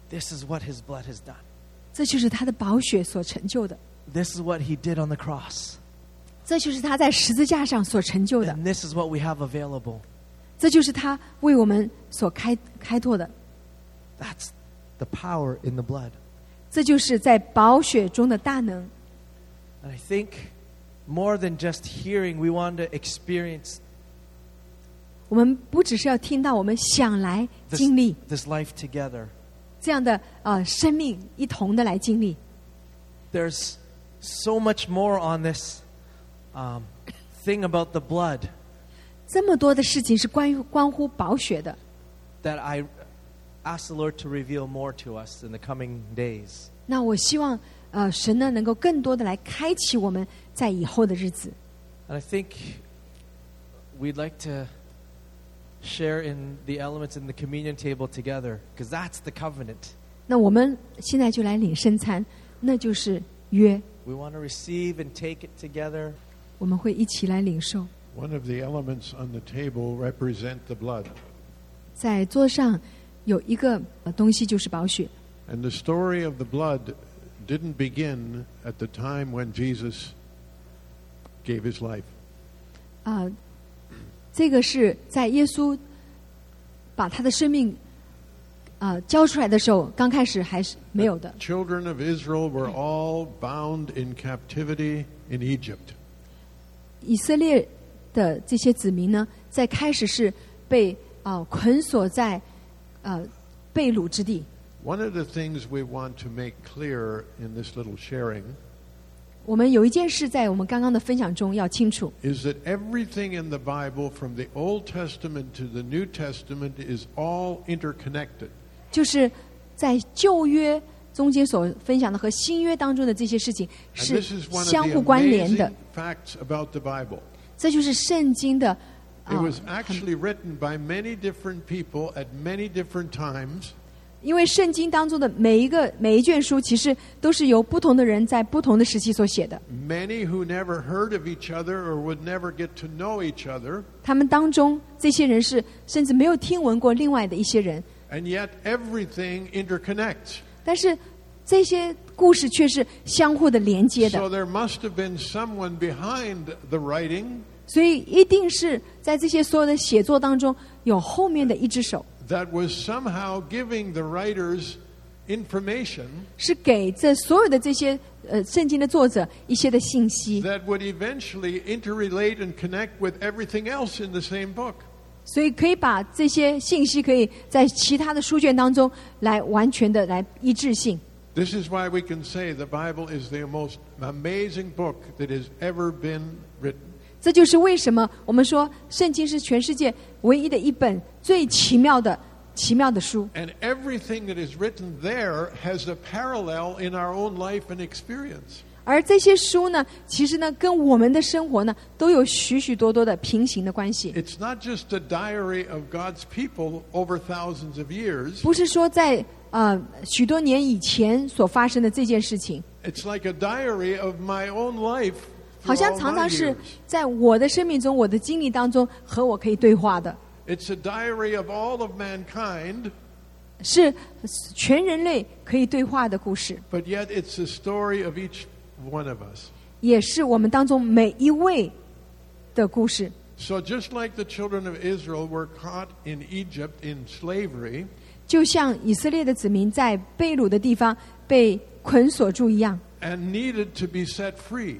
Speaker 1: This is what His blood has done.
Speaker 2: 这就是他的宝血所成就的，
Speaker 1: This is what He did on the cross.
Speaker 2: 这就是他在十字架上所成就的，
Speaker 1: And this is what we have available.
Speaker 2: 这就是他为我们所开开拓的，
Speaker 1: That's the power in the blood.
Speaker 2: 这就是在宝血中的大能。
Speaker 1: And I think more than just hearing, we want to experience
Speaker 2: 我们不只是要听到，我们想来
Speaker 1: this,
Speaker 2: 经历
Speaker 1: this life together.
Speaker 2: 这样的呃生命，一同的来经历。
Speaker 1: There's so much more on this um, thing about the blood
Speaker 2: 这么多的事情是关于关乎宝血的，
Speaker 1: that I ask the Lord to reveal more to us in the coming days.
Speaker 2: 那我希望呃神呢能够更多的来开启我们在以后的日子。
Speaker 1: And I think we'd like to share in the elements in the communion table together because that's the covenant.
Speaker 2: 那我们现在就来领圣餐，那就是约，
Speaker 1: We want to receive and take it together.
Speaker 2: 我们会一起来领受。
Speaker 3: One of the elements on the table represent the blood.
Speaker 2: 在桌上有一个呃东西就是宝血，
Speaker 3: And the story of the blood didn't begin at the time when Jesus gave his life.
Speaker 2: 啊、这个是在耶稣把他的生命啊、呃交出来的时候，刚开始还是没有的。
Speaker 3: Children of Israel were all bound in captivity in Egypt.
Speaker 2: 以色列的这些子民呢，在开始是被啊、呃捆锁在呃被掳之地。
Speaker 3: One of the things we want to make clear in this little sharing
Speaker 2: 我们有一件事在我们刚刚的分享中要清楚，
Speaker 3: is that everything in the Bible from the Old Testament to the New Testament is all interconnected.
Speaker 2: 就是在旧约中间所分享的和新约当中的这些事情
Speaker 3: And
Speaker 2: 是
Speaker 3: this is one of
Speaker 2: 相
Speaker 3: the
Speaker 2: 互关联的
Speaker 3: amazing，facts about the Bible.
Speaker 2: 这就是圣经的
Speaker 3: It
Speaker 2: 啊、
Speaker 3: was actually written by many different people at many different times,
Speaker 2: 因为圣经当中的每一个每一卷书，其实都是由不同的人在不同的时期所写的。
Speaker 3: many who never heard of each other or would never get to know each other,
Speaker 2: 他们当中这些人是甚至没有听闻过另外的一些人，
Speaker 3: and yet everything interconnects.
Speaker 2: 但是这些故事却是相互的连接
Speaker 3: So
Speaker 2: 的，
Speaker 3: there must have been someone behind the writing
Speaker 2: 所以一定是在这些所有的写作当中有后面的一只手，
Speaker 3: that was somehow giving the writers information
Speaker 2: 是给这所有的这些呃圣经的作者一些的信息，
Speaker 3: that would eventually interrelate and connect with everything else in the same book.
Speaker 2: 所以可以把这些信息可以在其他的书卷当中来完全的来一致性。
Speaker 3: This is why we can say the Bible is the most amazing book that has ever been written.
Speaker 2: 这就是为什么我们说圣经是全世界唯一的一本最奇妙的奇妙的书。
Speaker 3: And everything that is written there has a parallel in our own life and experience.
Speaker 2: 而这些书呢，其实呢，跟我们的生活呢，都有许许多多的平行的关系。
Speaker 3: It's not just a diary of God's people over thousands of years.
Speaker 2: 不是说在呃许多年以前所发生的这件事情，
Speaker 3: It's like a diary of my own life.
Speaker 2: 好
Speaker 3: for
Speaker 2: 像
Speaker 3: all
Speaker 2: 常
Speaker 3: my
Speaker 2: 常是
Speaker 3: years.
Speaker 2: 在我的生命中、我的经历当中和我可以对话的，
Speaker 3: It's a diary of all of mankind,
Speaker 2: 是全人类可以对话的故事，
Speaker 3: but yet it's the story of each one of us.
Speaker 2: 也是我们当中每一位的故事。
Speaker 3: So just like the children of Israel were caught in Egypt in slavery,
Speaker 2: 就像以色列的子民在被掳的地方被捆锁住一样，
Speaker 3: and needed to be set free.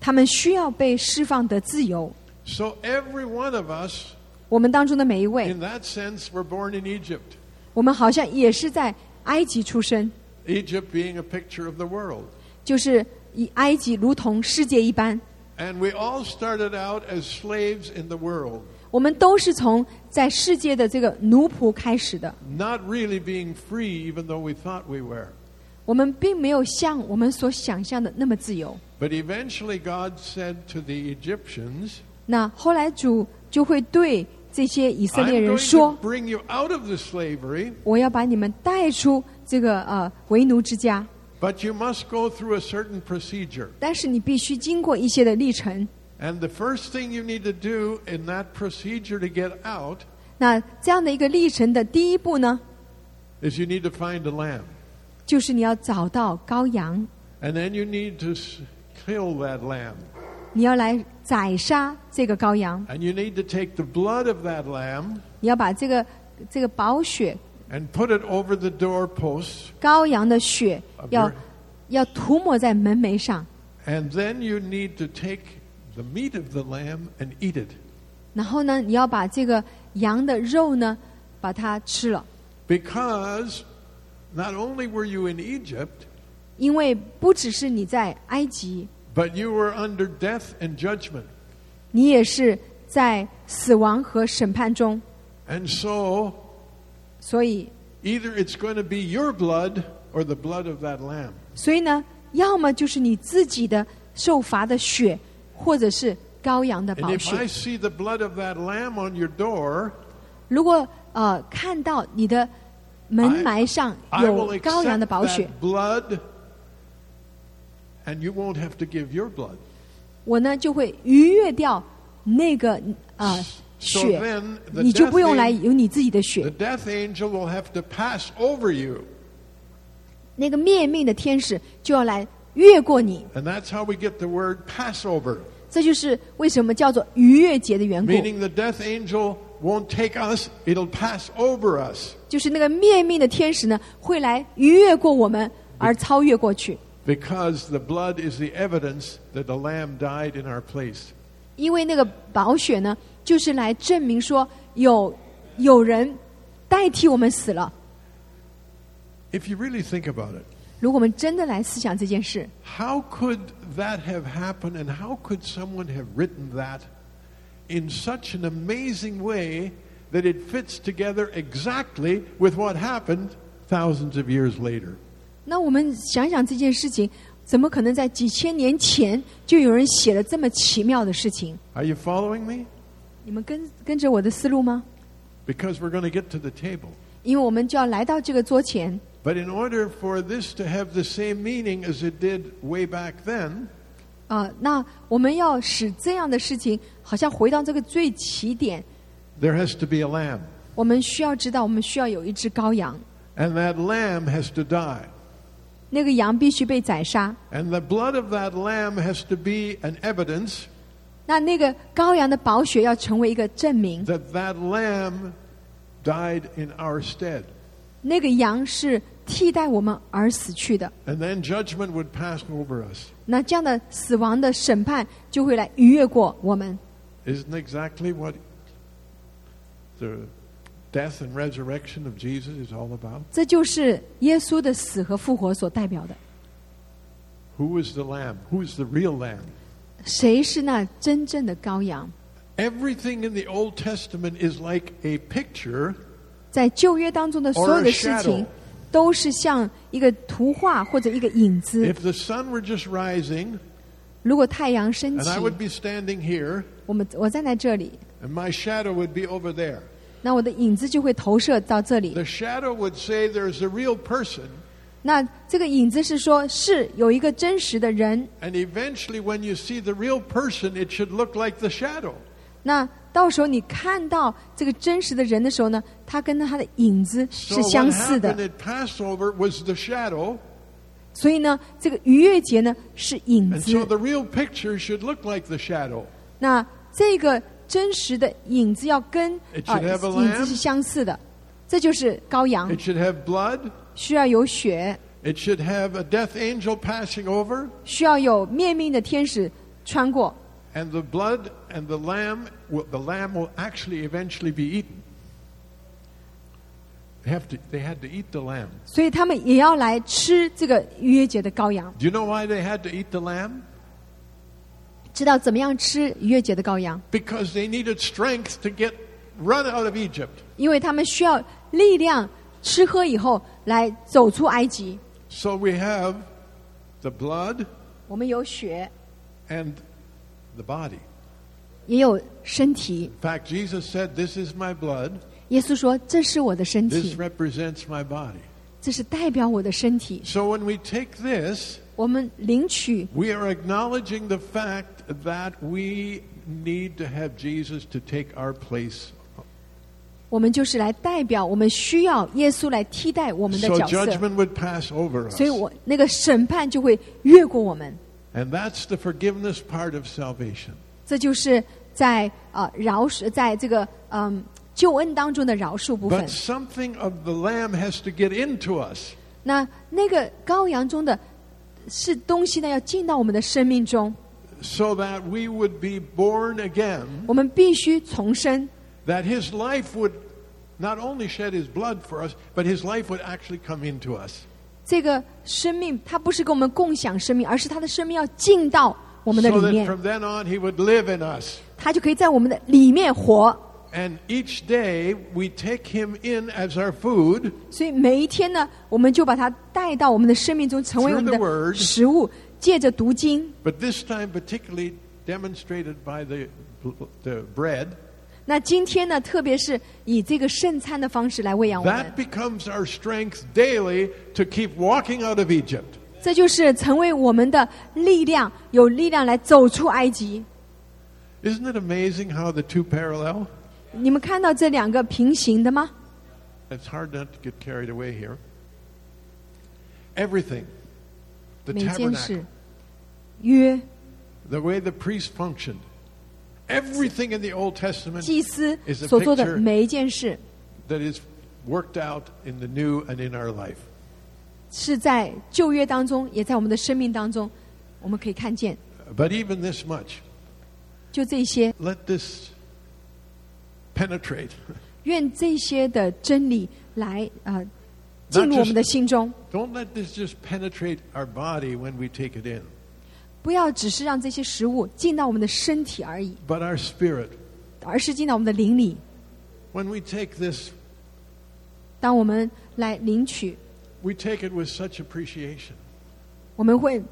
Speaker 2: 他们需要被释放得自由。
Speaker 3: So every one of us,
Speaker 2: 我们当中的每一位
Speaker 3: in，that sense, were born in Egypt.
Speaker 2: 我们好像也是在埃及出生，
Speaker 3: Egypt being a picture of the world.
Speaker 2: 就是以埃及如同世界一般。
Speaker 3: And we all started out as slaves in the world,
Speaker 2: 我们都是从在世界的这个奴仆开始的，
Speaker 3: not really being free, even though we thought we were.
Speaker 2: 我们并没有像我们所想象的那么自由。
Speaker 3: But eventually, God said to the Egyptians,
Speaker 2: 那后来主就会对这些以色
Speaker 3: I'm
Speaker 2: 列
Speaker 3: going
Speaker 2: 人
Speaker 3: to
Speaker 2: 说
Speaker 3: bring you out of the slavery,：“
Speaker 2: 我要把你们带出这个呃为奴之家，
Speaker 3: but you must go through a certain procedure.
Speaker 2: 但是你必须经过一些的历程。
Speaker 3: And the first thing you need to do in that procedure to get out
Speaker 2: 那这样的一个历程的第一步呢，
Speaker 3: is you need to find a lamb.
Speaker 2: 就是你要找到羔羊，
Speaker 3: And then you need to s- kill that lamb.
Speaker 2: 你要来宰杀这个羔羊，
Speaker 3: And you need to take the blood of that lamb
Speaker 2: 你要把这个这个宝血
Speaker 3: and put it over the doorposts.
Speaker 2: 羔羊的血
Speaker 3: 啊不是
Speaker 2: 要要涂抹在门楣上，
Speaker 3: And then you need to take the meat of the lamb and eat it.
Speaker 2: 然后呢，你要把这个羊的肉呢把它吃了，
Speaker 3: Because not only were you in Egypt,
Speaker 2: 因为不只是你在埃及，
Speaker 3: but you were under death and judgment.
Speaker 2: 你也是在死亡和审判中，
Speaker 3: And so
Speaker 2: 所以
Speaker 3: either it's going to be your blood or the blood of that lamb.
Speaker 2: 所以呢，要么就是你自己的受罚的血，或者是羔羊的
Speaker 3: And
Speaker 2: 宝
Speaker 3: if I
Speaker 2: 血。
Speaker 3: see the blood of that lamb on your door,
Speaker 2: 如果呃看到你的门楣上
Speaker 3: I
Speaker 2: 有
Speaker 3: will
Speaker 2: 羔羊
Speaker 3: accept
Speaker 2: 的宝血
Speaker 3: that，blood, and you won't have to give your blood.
Speaker 2: 我呢就会逾越掉那个呃
Speaker 3: So
Speaker 2: 血
Speaker 3: then，the
Speaker 2: 你就不用
Speaker 3: death
Speaker 2: 来
Speaker 3: angel-
Speaker 2: 有你自己的
Speaker 3: The
Speaker 2: 血。
Speaker 3: death angel will have to pass over you,
Speaker 2: 那个灭命的天使就要来越过你，
Speaker 3: and that's how we get the word Passover,
Speaker 2: 这就是为什么叫做逾越节的缘故，
Speaker 3: meaning the death angel won't take us; it'll pass over us
Speaker 2: 就是那个灭命的天使呢会来逾越过我们而超越过去。
Speaker 3: because the blood is the evidence that the lamb died in our place.
Speaker 2: 因为那个宝血呢，就是来证明说有有人代替我们死了。
Speaker 3: If you really think about it,
Speaker 2: 如果我们真的来思想这件事，
Speaker 3: How could that have happened, and how could someone have written that in such an amazing way that it fits together exactly with what happened thousands of years later?
Speaker 2: 那我们想想这件事情，怎么可能在几千年前就有人写了这么奇妙的事情？
Speaker 3: Are you following me?
Speaker 2: 你们跟跟着我的思路吗？
Speaker 3: Because we're going to get to the table.
Speaker 2: 因为我们就要来到这个桌前，
Speaker 3: But in order for this to have the same meaning as it did way back then,
Speaker 2: 啊、那我们要使这样的事情好像回到这个最起点。
Speaker 3: there has to be a lamb.
Speaker 2: 我们需要知道，我们需要有一只羔羊，
Speaker 3: And that lamb has to die.
Speaker 2: 那个羊必须被宰杀。
Speaker 3: And the blood of that lamb has to be an evidence
Speaker 2: 那那个羔羊的宝血要成为一个证明，
Speaker 3: that that lamb died in our stead.
Speaker 2: 那个羊是替代我们而死去的。
Speaker 3: And then judgment would pass over us.
Speaker 2: 那这样的死亡的审判就会来逾越过我们，
Speaker 3: Isn't exactly what the death and resurrection of Jesus is all about?
Speaker 2: 这就是耶稣的死和复活所代表的。
Speaker 3: Who is the lamb? Who is the real lamb?
Speaker 2: 谁是那真正的羔羊？
Speaker 3: Everything in the Old Testament is like a picture
Speaker 2: 在旧约当中的所有的事
Speaker 3: Or a shadow
Speaker 2: 情，都是像一个图画或者一个影子。
Speaker 3: if the sun were just rising
Speaker 2: 如果太阳升起
Speaker 3: and，I would be standing here
Speaker 2: 我们我站在这里，
Speaker 3: and my shadow would be over there.
Speaker 2: 那我的影子就会投射到这里。
Speaker 3: The shadow would say there's a real person
Speaker 2: 那这个影子是说，是有一个真实的人，
Speaker 3: And eventually, when you see the real person, it should look like the shadow.
Speaker 2: 那到时候你看到这个真实的人的时候呢，他跟他的影子
Speaker 3: So
Speaker 2: 是
Speaker 3: what
Speaker 2: 相似
Speaker 3: happened
Speaker 2: 的。
Speaker 3: at Passover was the shadow,
Speaker 2: 所以呢，这个逾越节呢是影
Speaker 3: and
Speaker 2: 子
Speaker 3: so，the real picture should look like the shadow.
Speaker 2: 那这个真实的影子要跟
Speaker 3: It
Speaker 2: 啊、
Speaker 3: should have a
Speaker 2: 影子是
Speaker 3: lamb.
Speaker 2: 相似的。这就是羔羊
Speaker 3: It should have blood,
Speaker 2: 需要有血，
Speaker 3: It should have a death angel passing over,
Speaker 2: 需要有灭命的天使穿过，
Speaker 3: and the blood and the lamb, will, the lamb will actually eventually be eaten. They, have to, they had to eat the lamb.
Speaker 2: 所以他们也要来吃这个逾越节的羔羊。
Speaker 3: Do you know why they had to eat the lamb?
Speaker 2: 知道怎么样吃逾越节的羔羊，
Speaker 3: Because they needed strength to get run out of Egypt.
Speaker 2: 因为他们需要力量吃喝以后来走出埃及。
Speaker 3: So we have the blood
Speaker 2: 我们有血，
Speaker 3: and the body.
Speaker 2: 也有身体。
Speaker 3: In fact, Jesus said, This is my blood,
Speaker 2: 耶稣说：“这是我的身
Speaker 3: this
Speaker 2: 体，
Speaker 3: represents my body.
Speaker 2: 这是代表我的身体。
Speaker 3: So when we take this, ”
Speaker 2: 我们领取，
Speaker 3: we are acknowledging the fact that we need to have Jesus to take our place.
Speaker 2: 我们就是来代表，我们需要耶稣来替代我们的
Speaker 3: So
Speaker 2: 角色，
Speaker 3: judgment would pass over us.
Speaker 2: 所以我那个审判就会越过我们。
Speaker 3: And that's the forgiveness part of salvation.
Speaker 2: 这就是在啊、呃饶恕，在这个嗯、救恩当中的饶恕部分
Speaker 3: But。something of the lamb has to get into us.
Speaker 2: 那那个羔羊中的是东西呢，要进到我们的生命中，
Speaker 3: so that we would be born again,
Speaker 2: 我们必须重生，
Speaker 3: that his life would not only shed his blood for us, but his life would actually come into us.
Speaker 2: 这个生命，它不是跟我们共享生命，而是它的生命要进到我们的
Speaker 3: So
Speaker 2: 里
Speaker 3: that
Speaker 2: 面，
Speaker 3: from then on, he would live in us.
Speaker 2: 它就可以在我们的里面活。
Speaker 3: And each day, we take him in as our food
Speaker 2: 所以每一天呢，我们就把它带到我们的生命中，成为
Speaker 3: Through
Speaker 2: 我们
Speaker 3: the word
Speaker 2: 的食物。借着读经，
Speaker 3: But this time, particularly demonstrated by the, the bread,
Speaker 2: 那今天呢，特别是以这个圣餐的方式来喂养我们
Speaker 3: that，becomes our strength daily to keep walking out of Egypt.
Speaker 2: 这就是成为我们的力量，有力量来走出埃及。
Speaker 3: Isn't it amazing how the two parallel?
Speaker 2: 你们看到这两个平行的吗？
Speaker 3: It's hard not to get carried away here. Everything. The
Speaker 2: 每一件事
Speaker 3: tabernacle,
Speaker 2: 约
Speaker 3: the way the priest functioned. Everything in the Old Testament
Speaker 2: 祭司
Speaker 3: is a
Speaker 2: 所做的
Speaker 3: picture
Speaker 2: 每一件事，
Speaker 3: that is worked out in the new and in our life.
Speaker 2: 是在旧约当中，也在我们的生命当中，我们可以看见。
Speaker 3: But even this much,
Speaker 2: 就这些，
Speaker 3: let this penetrate. (laughs)
Speaker 2: 愿这些的真理来啊、呃进入我们的心中，
Speaker 3: Don't let this just penetrate our body when we take it in,
Speaker 2: 不要只是让这些食物进到我们的身体而已，
Speaker 3: but our spirit.
Speaker 2: 而是进到我们的灵里。
Speaker 3: When we take this,
Speaker 2: 当我们来领取，
Speaker 3: we take it with such appreciation.
Speaker 2: 我们会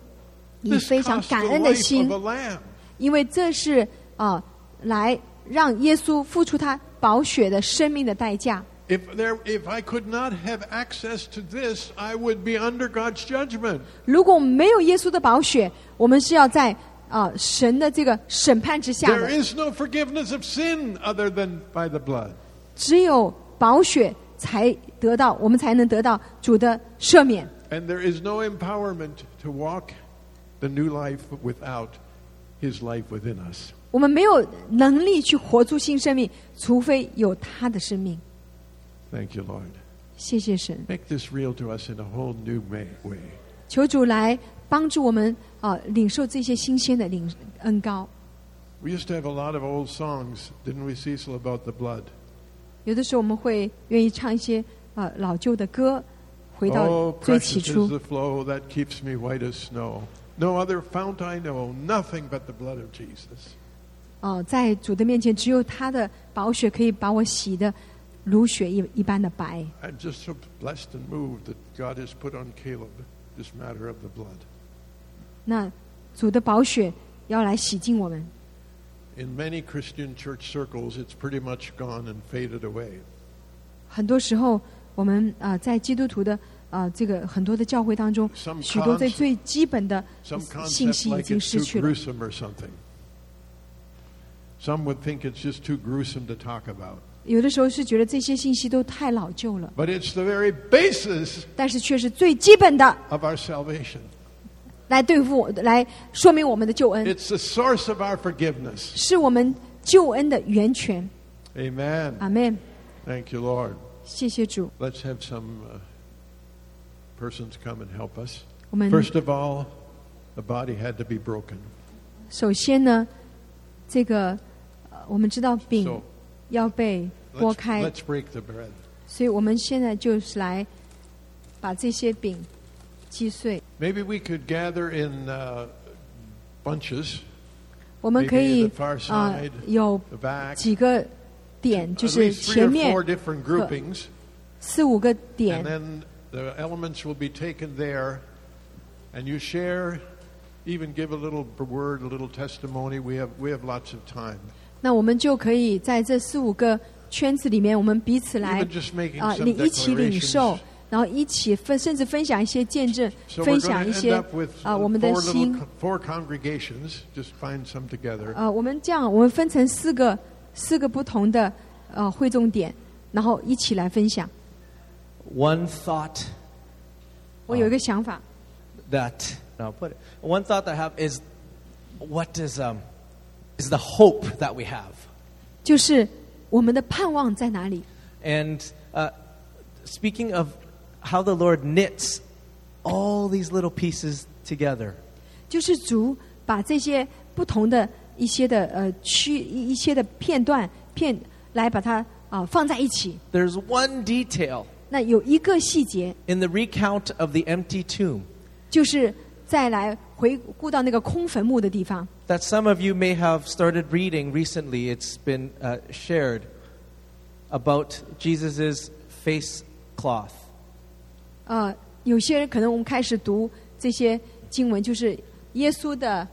Speaker 2: 以
Speaker 3: This
Speaker 2: 非常
Speaker 3: cost the
Speaker 2: 感恩的
Speaker 3: life
Speaker 2: 心
Speaker 3: of a，lamb.
Speaker 2: 因为这是啊、呃来让耶稣付出他宝血的生命的代价。
Speaker 3: If there, if I could not have access to this, I would be under God's judgment.
Speaker 2: 如果我们没有耶稣的宝血，我们是要在啊、呃神的这个审判之下
Speaker 3: There
Speaker 2: 的。
Speaker 3: is no forgiveness of sin other than by the blood.
Speaker 2: 只有宝血才得到，我们才能得到主的赦免，
Speaker 3: And there is no empowerment to walk the new life without his life within us.
Speaker 2: 我们没有能力去活出新生命，除非有他的生命。
Speaker 3: Thank you, Lord.
Speaker 2: 谢谢神，
Speaker 3: Make this real to us in a whole new ma- way.
Speaker 2: 求主来帮助我们啊、领受这些新鲜的领恩高。
Speaker 3: We used to have a lot of old songs, didn't we, Cecil, about the blood?
Speaker 2: 有的时候我们会愿意唱一些啊、老旧的歌，回到
Speaker 3: Oh,
Speaker 2: 最起
Speaker 3: precious
Speaker 2: 初。
Speaker 3: is the flow that keeps me white as snow. No other fount I know, nothing but the blood of Jesus.
Speaker 2: 哦，在主的面前，只有他的宝血可以把我洗的如雪一一般的白。
Speaker 3: I'm just so blessed and moved that God has put on Caleb this matter of the blood.
Speaker 2: 那主的宝血要来洗净我们。
Speaker 3: In many Christian church circles, it's pretty much gone and faded away.
Speaker 2: 很多时候，我们啊、呃在基督徒的啊、呃这个很多的教会当中
Speaker 3: Some，
Speaker 2: 许多最
Speaker 3: concept-
Speaker 2: 最基本的
Speaker 3: Some
Speaker 2: 信
Speaker 3: concept
Speaker 2: 息已
Speaker 3: like
Speaker 2: 经
Speaker 3: it's
Speaker 2: 失
Speaker 3: too
Speaker 2: 去了。
Speaker 3: gruesome or something. Some would think it's just too gruesome to talk about.
Speaker 2: 有的时候是觉得这些信息都太老旧了，
Speaker 3: But it's the very basis
Speaker 2: 但是却是最基本的
Speaker 3: of our salvation.
Speaker 2: 来对付我、来说明我们的救恩，
Speaker 3: It's the source of our forgiveness.
Speaker 2: 是我们救恩的源泉。
Speaker 3: Amen.
Speaker 2: 阿门。
Speaker 3: Thank you, Lord.
Speaker 2: 谢谢主。
Speaker 3: Let's have some uh, persons come and help us.
Speaker 2: 我们
Speaker 3: First of all, the body had to be broken.
Speaker 2: 首先呢，这个呃我们知道饼
Speaker 3: So
Speaker 2: 要被剥
Speaker 3: let's,
Speaker 2: 开，
Speaker 3: let's break the bread.
Speaker 2: 所以我们现在就是来把这些饼击碎。
Speaker 3: Maybe we could gather in uh, bunches,
Speaker 2: 我们可以
Speaker 3: Maybe the far
Speaker 2: 啊、
Speaker 3: side,
Speaker 2: 有
Speaker 3: the back,
Speaker 2: 几个点，就
Speaker 3: at
Speaker 2: 是
Speaker 3: least three
Speaker 2: 前
Speaker 3: or
Speaker 2: 面
Speaker 3: four different groupings,
Speaker 2: 四五个
Speaker 3: and
Speaker 2: 点，
Speaker 3: then the elements will be taken there, and you share, even give a little word, a little testimony. We have we have lots of time.
Speaker 2: 那我们就可以在这四五个圈子里面，我们彼此来
Speaker 3: Even just making
Speaker 2: 啊
Speaker 3: some
Speaker 2: 领一起领
Speaker 3: declarations.
Speaker 2: 受，然后一起分，甚至分享一些见证，
Speaker 3: So
Speaker 2: 分
Speaker 3: we're
Speaker 2: 享
Speaker 3: going
Speaker 2: 一
Speaker 3: to end
Speaker 2: 些
Speaker 3: up with
Speaker 2: 啊
Speaker 3: uh,
Speaker 2: 我
Speaker 3: four,
Speaker 2: 们的
Speaker 3: little,
Speaker 2: 心
Speaker 3: co- four congregations. Just find some together.
Speaker 2: 呃，我们这样，我们分成四个四个不同的呃会众点，然后一起来分享。
Speaker 1: One thought
Speaker 2: 我有一个想法，
Speaker 1: that no, put it. One thought that I have is, what is um, is the hope that we have,
Speaker 2: 就是我们的盼望在哪里？
Speaker 1: and uh, speaking of how the Lord knits all these little pieces together.
Speaker 2: 就是主把这些不同的一些的呃区一一些的片段片来把它啊、放在一起。
Speaker 1: There's one detail
Speaker 2: 那有一个细节，
Speaker 1: in the recount of the empty tomb
Speaker 2: 就是再来回顾到那个空坟墓的地方。
Speaker 1: that some of you may have started reading recently. It's been uh, shared about Jesus' face cloth.
Speaker 2: 呃，有些人可能我们开始读这些经文，就是耶稣的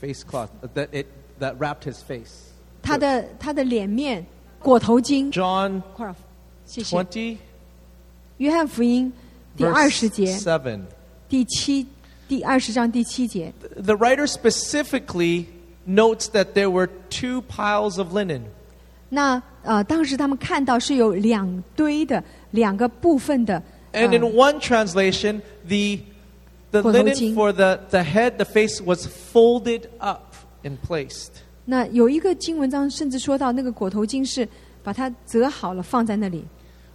Speaker 1: Face cloth that, it, that wrapped his face.
Speaker 2: 他的他的脸面裹头巾。
Speaker 1: John
Speaker 2: 快点谢谢。
Speaker 1: 20,
Speaker 2: 约翰福音第二十
Speaker 1: verse
Speaker 2: 节
Speaker 1: 7.
Speaker 2: 第七第二十章第七节，
Speaker 1: The writer specifically notes that there were two piles of linen.
Speaker 2: 那呃，当时他们看到是有两堆的两个部分的。呃
Speaker 1: And in one translation, the, the
Speaker 2: Của Hậu
Speaker 1: linen
Speaker 2: Chính.
Speaker 1: for the, the head, the face, was folded up and placed.
Speaker 2: 那有一个经文章甚至说到那个裹头巾是把它折好了放在那里。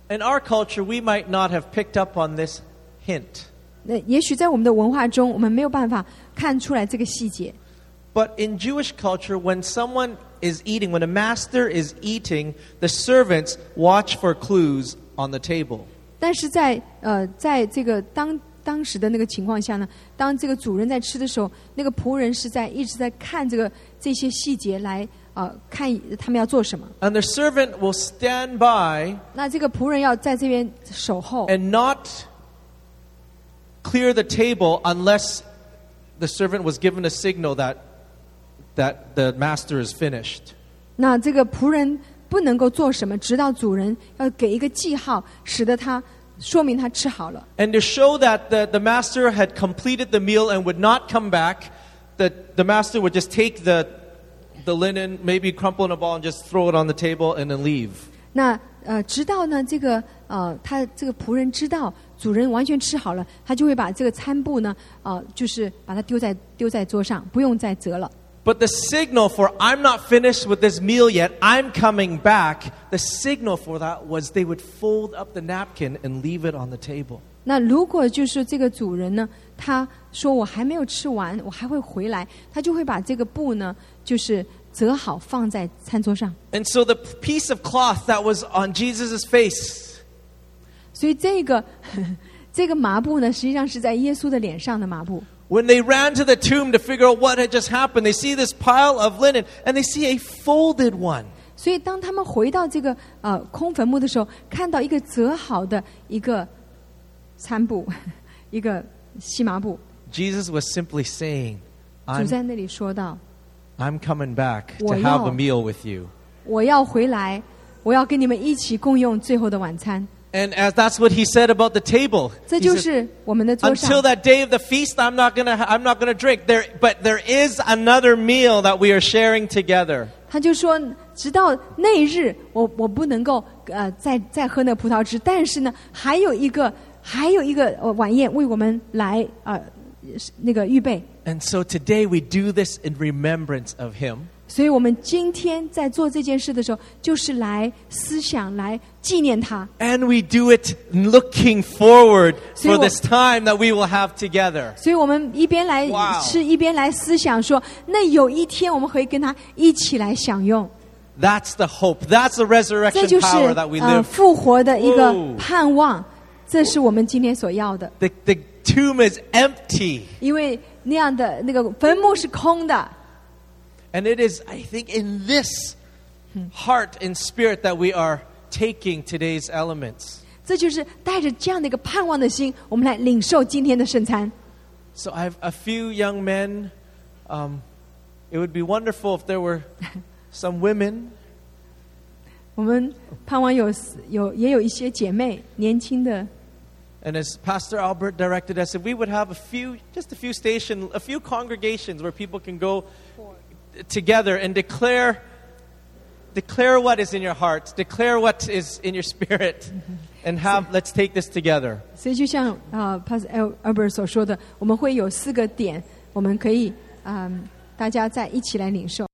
Speaker 1: In our culture, we might not have picked up on this hint.
Speaker 2: 那也许在我们的文化中，我们没有办法看出来这个细节。
Speaker 1: But in Jewish culture, when someone is eating, when a master is eating, the servants watch for clues on the table.
Speaker 2: 但是在呃，在这个当当时的那个情况下呢，当这个主人在吃的时候，那个仆人是在一直在看这个这些细节来呃看他们要做什么。
Speaker 1: And the servant will stand by
Speaker 2: 那这个仆人要在这边守候，
Speaker 1: and not clear the table unless the servant was given a signal that, that the master is finished.
Speaker 2: 那这个仆人不能够做什么，直到主人要给一个记号，使得他说明他吃好了。
Speaker 1: And to show that the, the master had completed the meal and would not come back, the, the master would just take the, the linen, maybe crumple in a ball, and just throw it on the table and then leave.
Speaker 2: 那呃，直到呢这个呃，他这个仆人知道主人完全吃好了，他就会把这个餐布呢，呃，就是把它丢在丢在桌上，不用再折了。
Speaker 1: But the signal for I'm not finished with this meal yet, I'm coming back, the signal for that was they would fold up the napkin and leave it on the table.
Speaker 2: 那如果就是这个主人呢，他说我还没有吃完，我还会回来，他就会把这个布呢，就是折好放在餐桌上。
Speaker 1: And so the piece of cloth that was on Jesus' face,
Speaker 2: 所以这个 (laughs) 这个麻布呢，实际上是在耶稣的脸上的麻布。
Speaker 1: when they ran to the tomb to figure out what had just happened, they see this pile of linen and they see a folded one.
Speaker 2: 所以当他们回到这个呃空坟墓的时候，看到一个折好的一个餐布， (laughs) 一个细麻布，
Speaker 1: Jesus was simply saying,
Speaker 2: 主
Speaker 1: I'm,
Speaker 2: 在那里说道
Speaker 1: I'm coming back to
Speaker 2: Wow.
Speaker 1: have a meal with you.：“
Speaker 2: 我要回来，我要跟你们一起共用最后的晚餐。
Speaker 1: And as that's what he said about the table. ”
Speaker 2: 这
Speaker 1: He
Speaker 2: 就
Speaker 1: said,
Speaker 2: 是我们的桌
Speaker 1: Until
Speaker 2: 上。
Speaker 1: that day of the feast, I'm not gonna, I'm not gonna drink. There, but there is another meal that we are sharing together.
Speaker 2: 他就说：“直到那日，我我不能够呃再再喝那葡萄汁，但是呢，还有一个还有一个呃晚宴为我们来呃那个预备。
Speaker 1: And so today we do this in remembrance of him. ”
Speaker 2: 所以我们今天在做这件事的时候，就是来思想、来纪念他。
Speaker 1: And we do it looking forward for
Speaker 2: 所以我-
Speaker 1: this time that we will have together.
Speaker 2: 所以我们一边来
Speaker 1: Wow
Speaker 2: 吃，一边来思想说，那有一天我们可以跟他一起来享用。
Speaker 1: That's the hope. That's the
Speaker 2: 这
Speaker 1: resurrection
Speaker 2: 就是
Speaker 1: power that we
Speaker 2: 呃
Speaker 1: live
Speaker 2: 复活的一个
Speaker 1: 哦
Speaker 2: 盼望，这是我们今天所要的。
Speaker 1: The, the tomb is empty.
Speaker 2: 因为那样的那个坟墓是空的，
Speaker 1: And it is, I think, in this heart and spirit that we are taking today's elements.
Speaker 2: 这就是带着这样的一个盼望的心，我们来领受今天的圣餐。
Speaker 1: So I have a few young men. Um, it would be wonderful if there were some women.
Speaker 2: 我们盼望有有也有一些姐妹年轻的，
Speaker 1: And as Pastor Albert directed us, if we would have a few, just a few station, a few congregations where people can go together and declare, declare what is in your heart, declare what is in your (laughs) spirit, and have let's take this together.
Speaker 2: 所以就像啊、p a s t Al Albert 所说的，我们会有四个点，我们可以嗯、大家在一起来领受。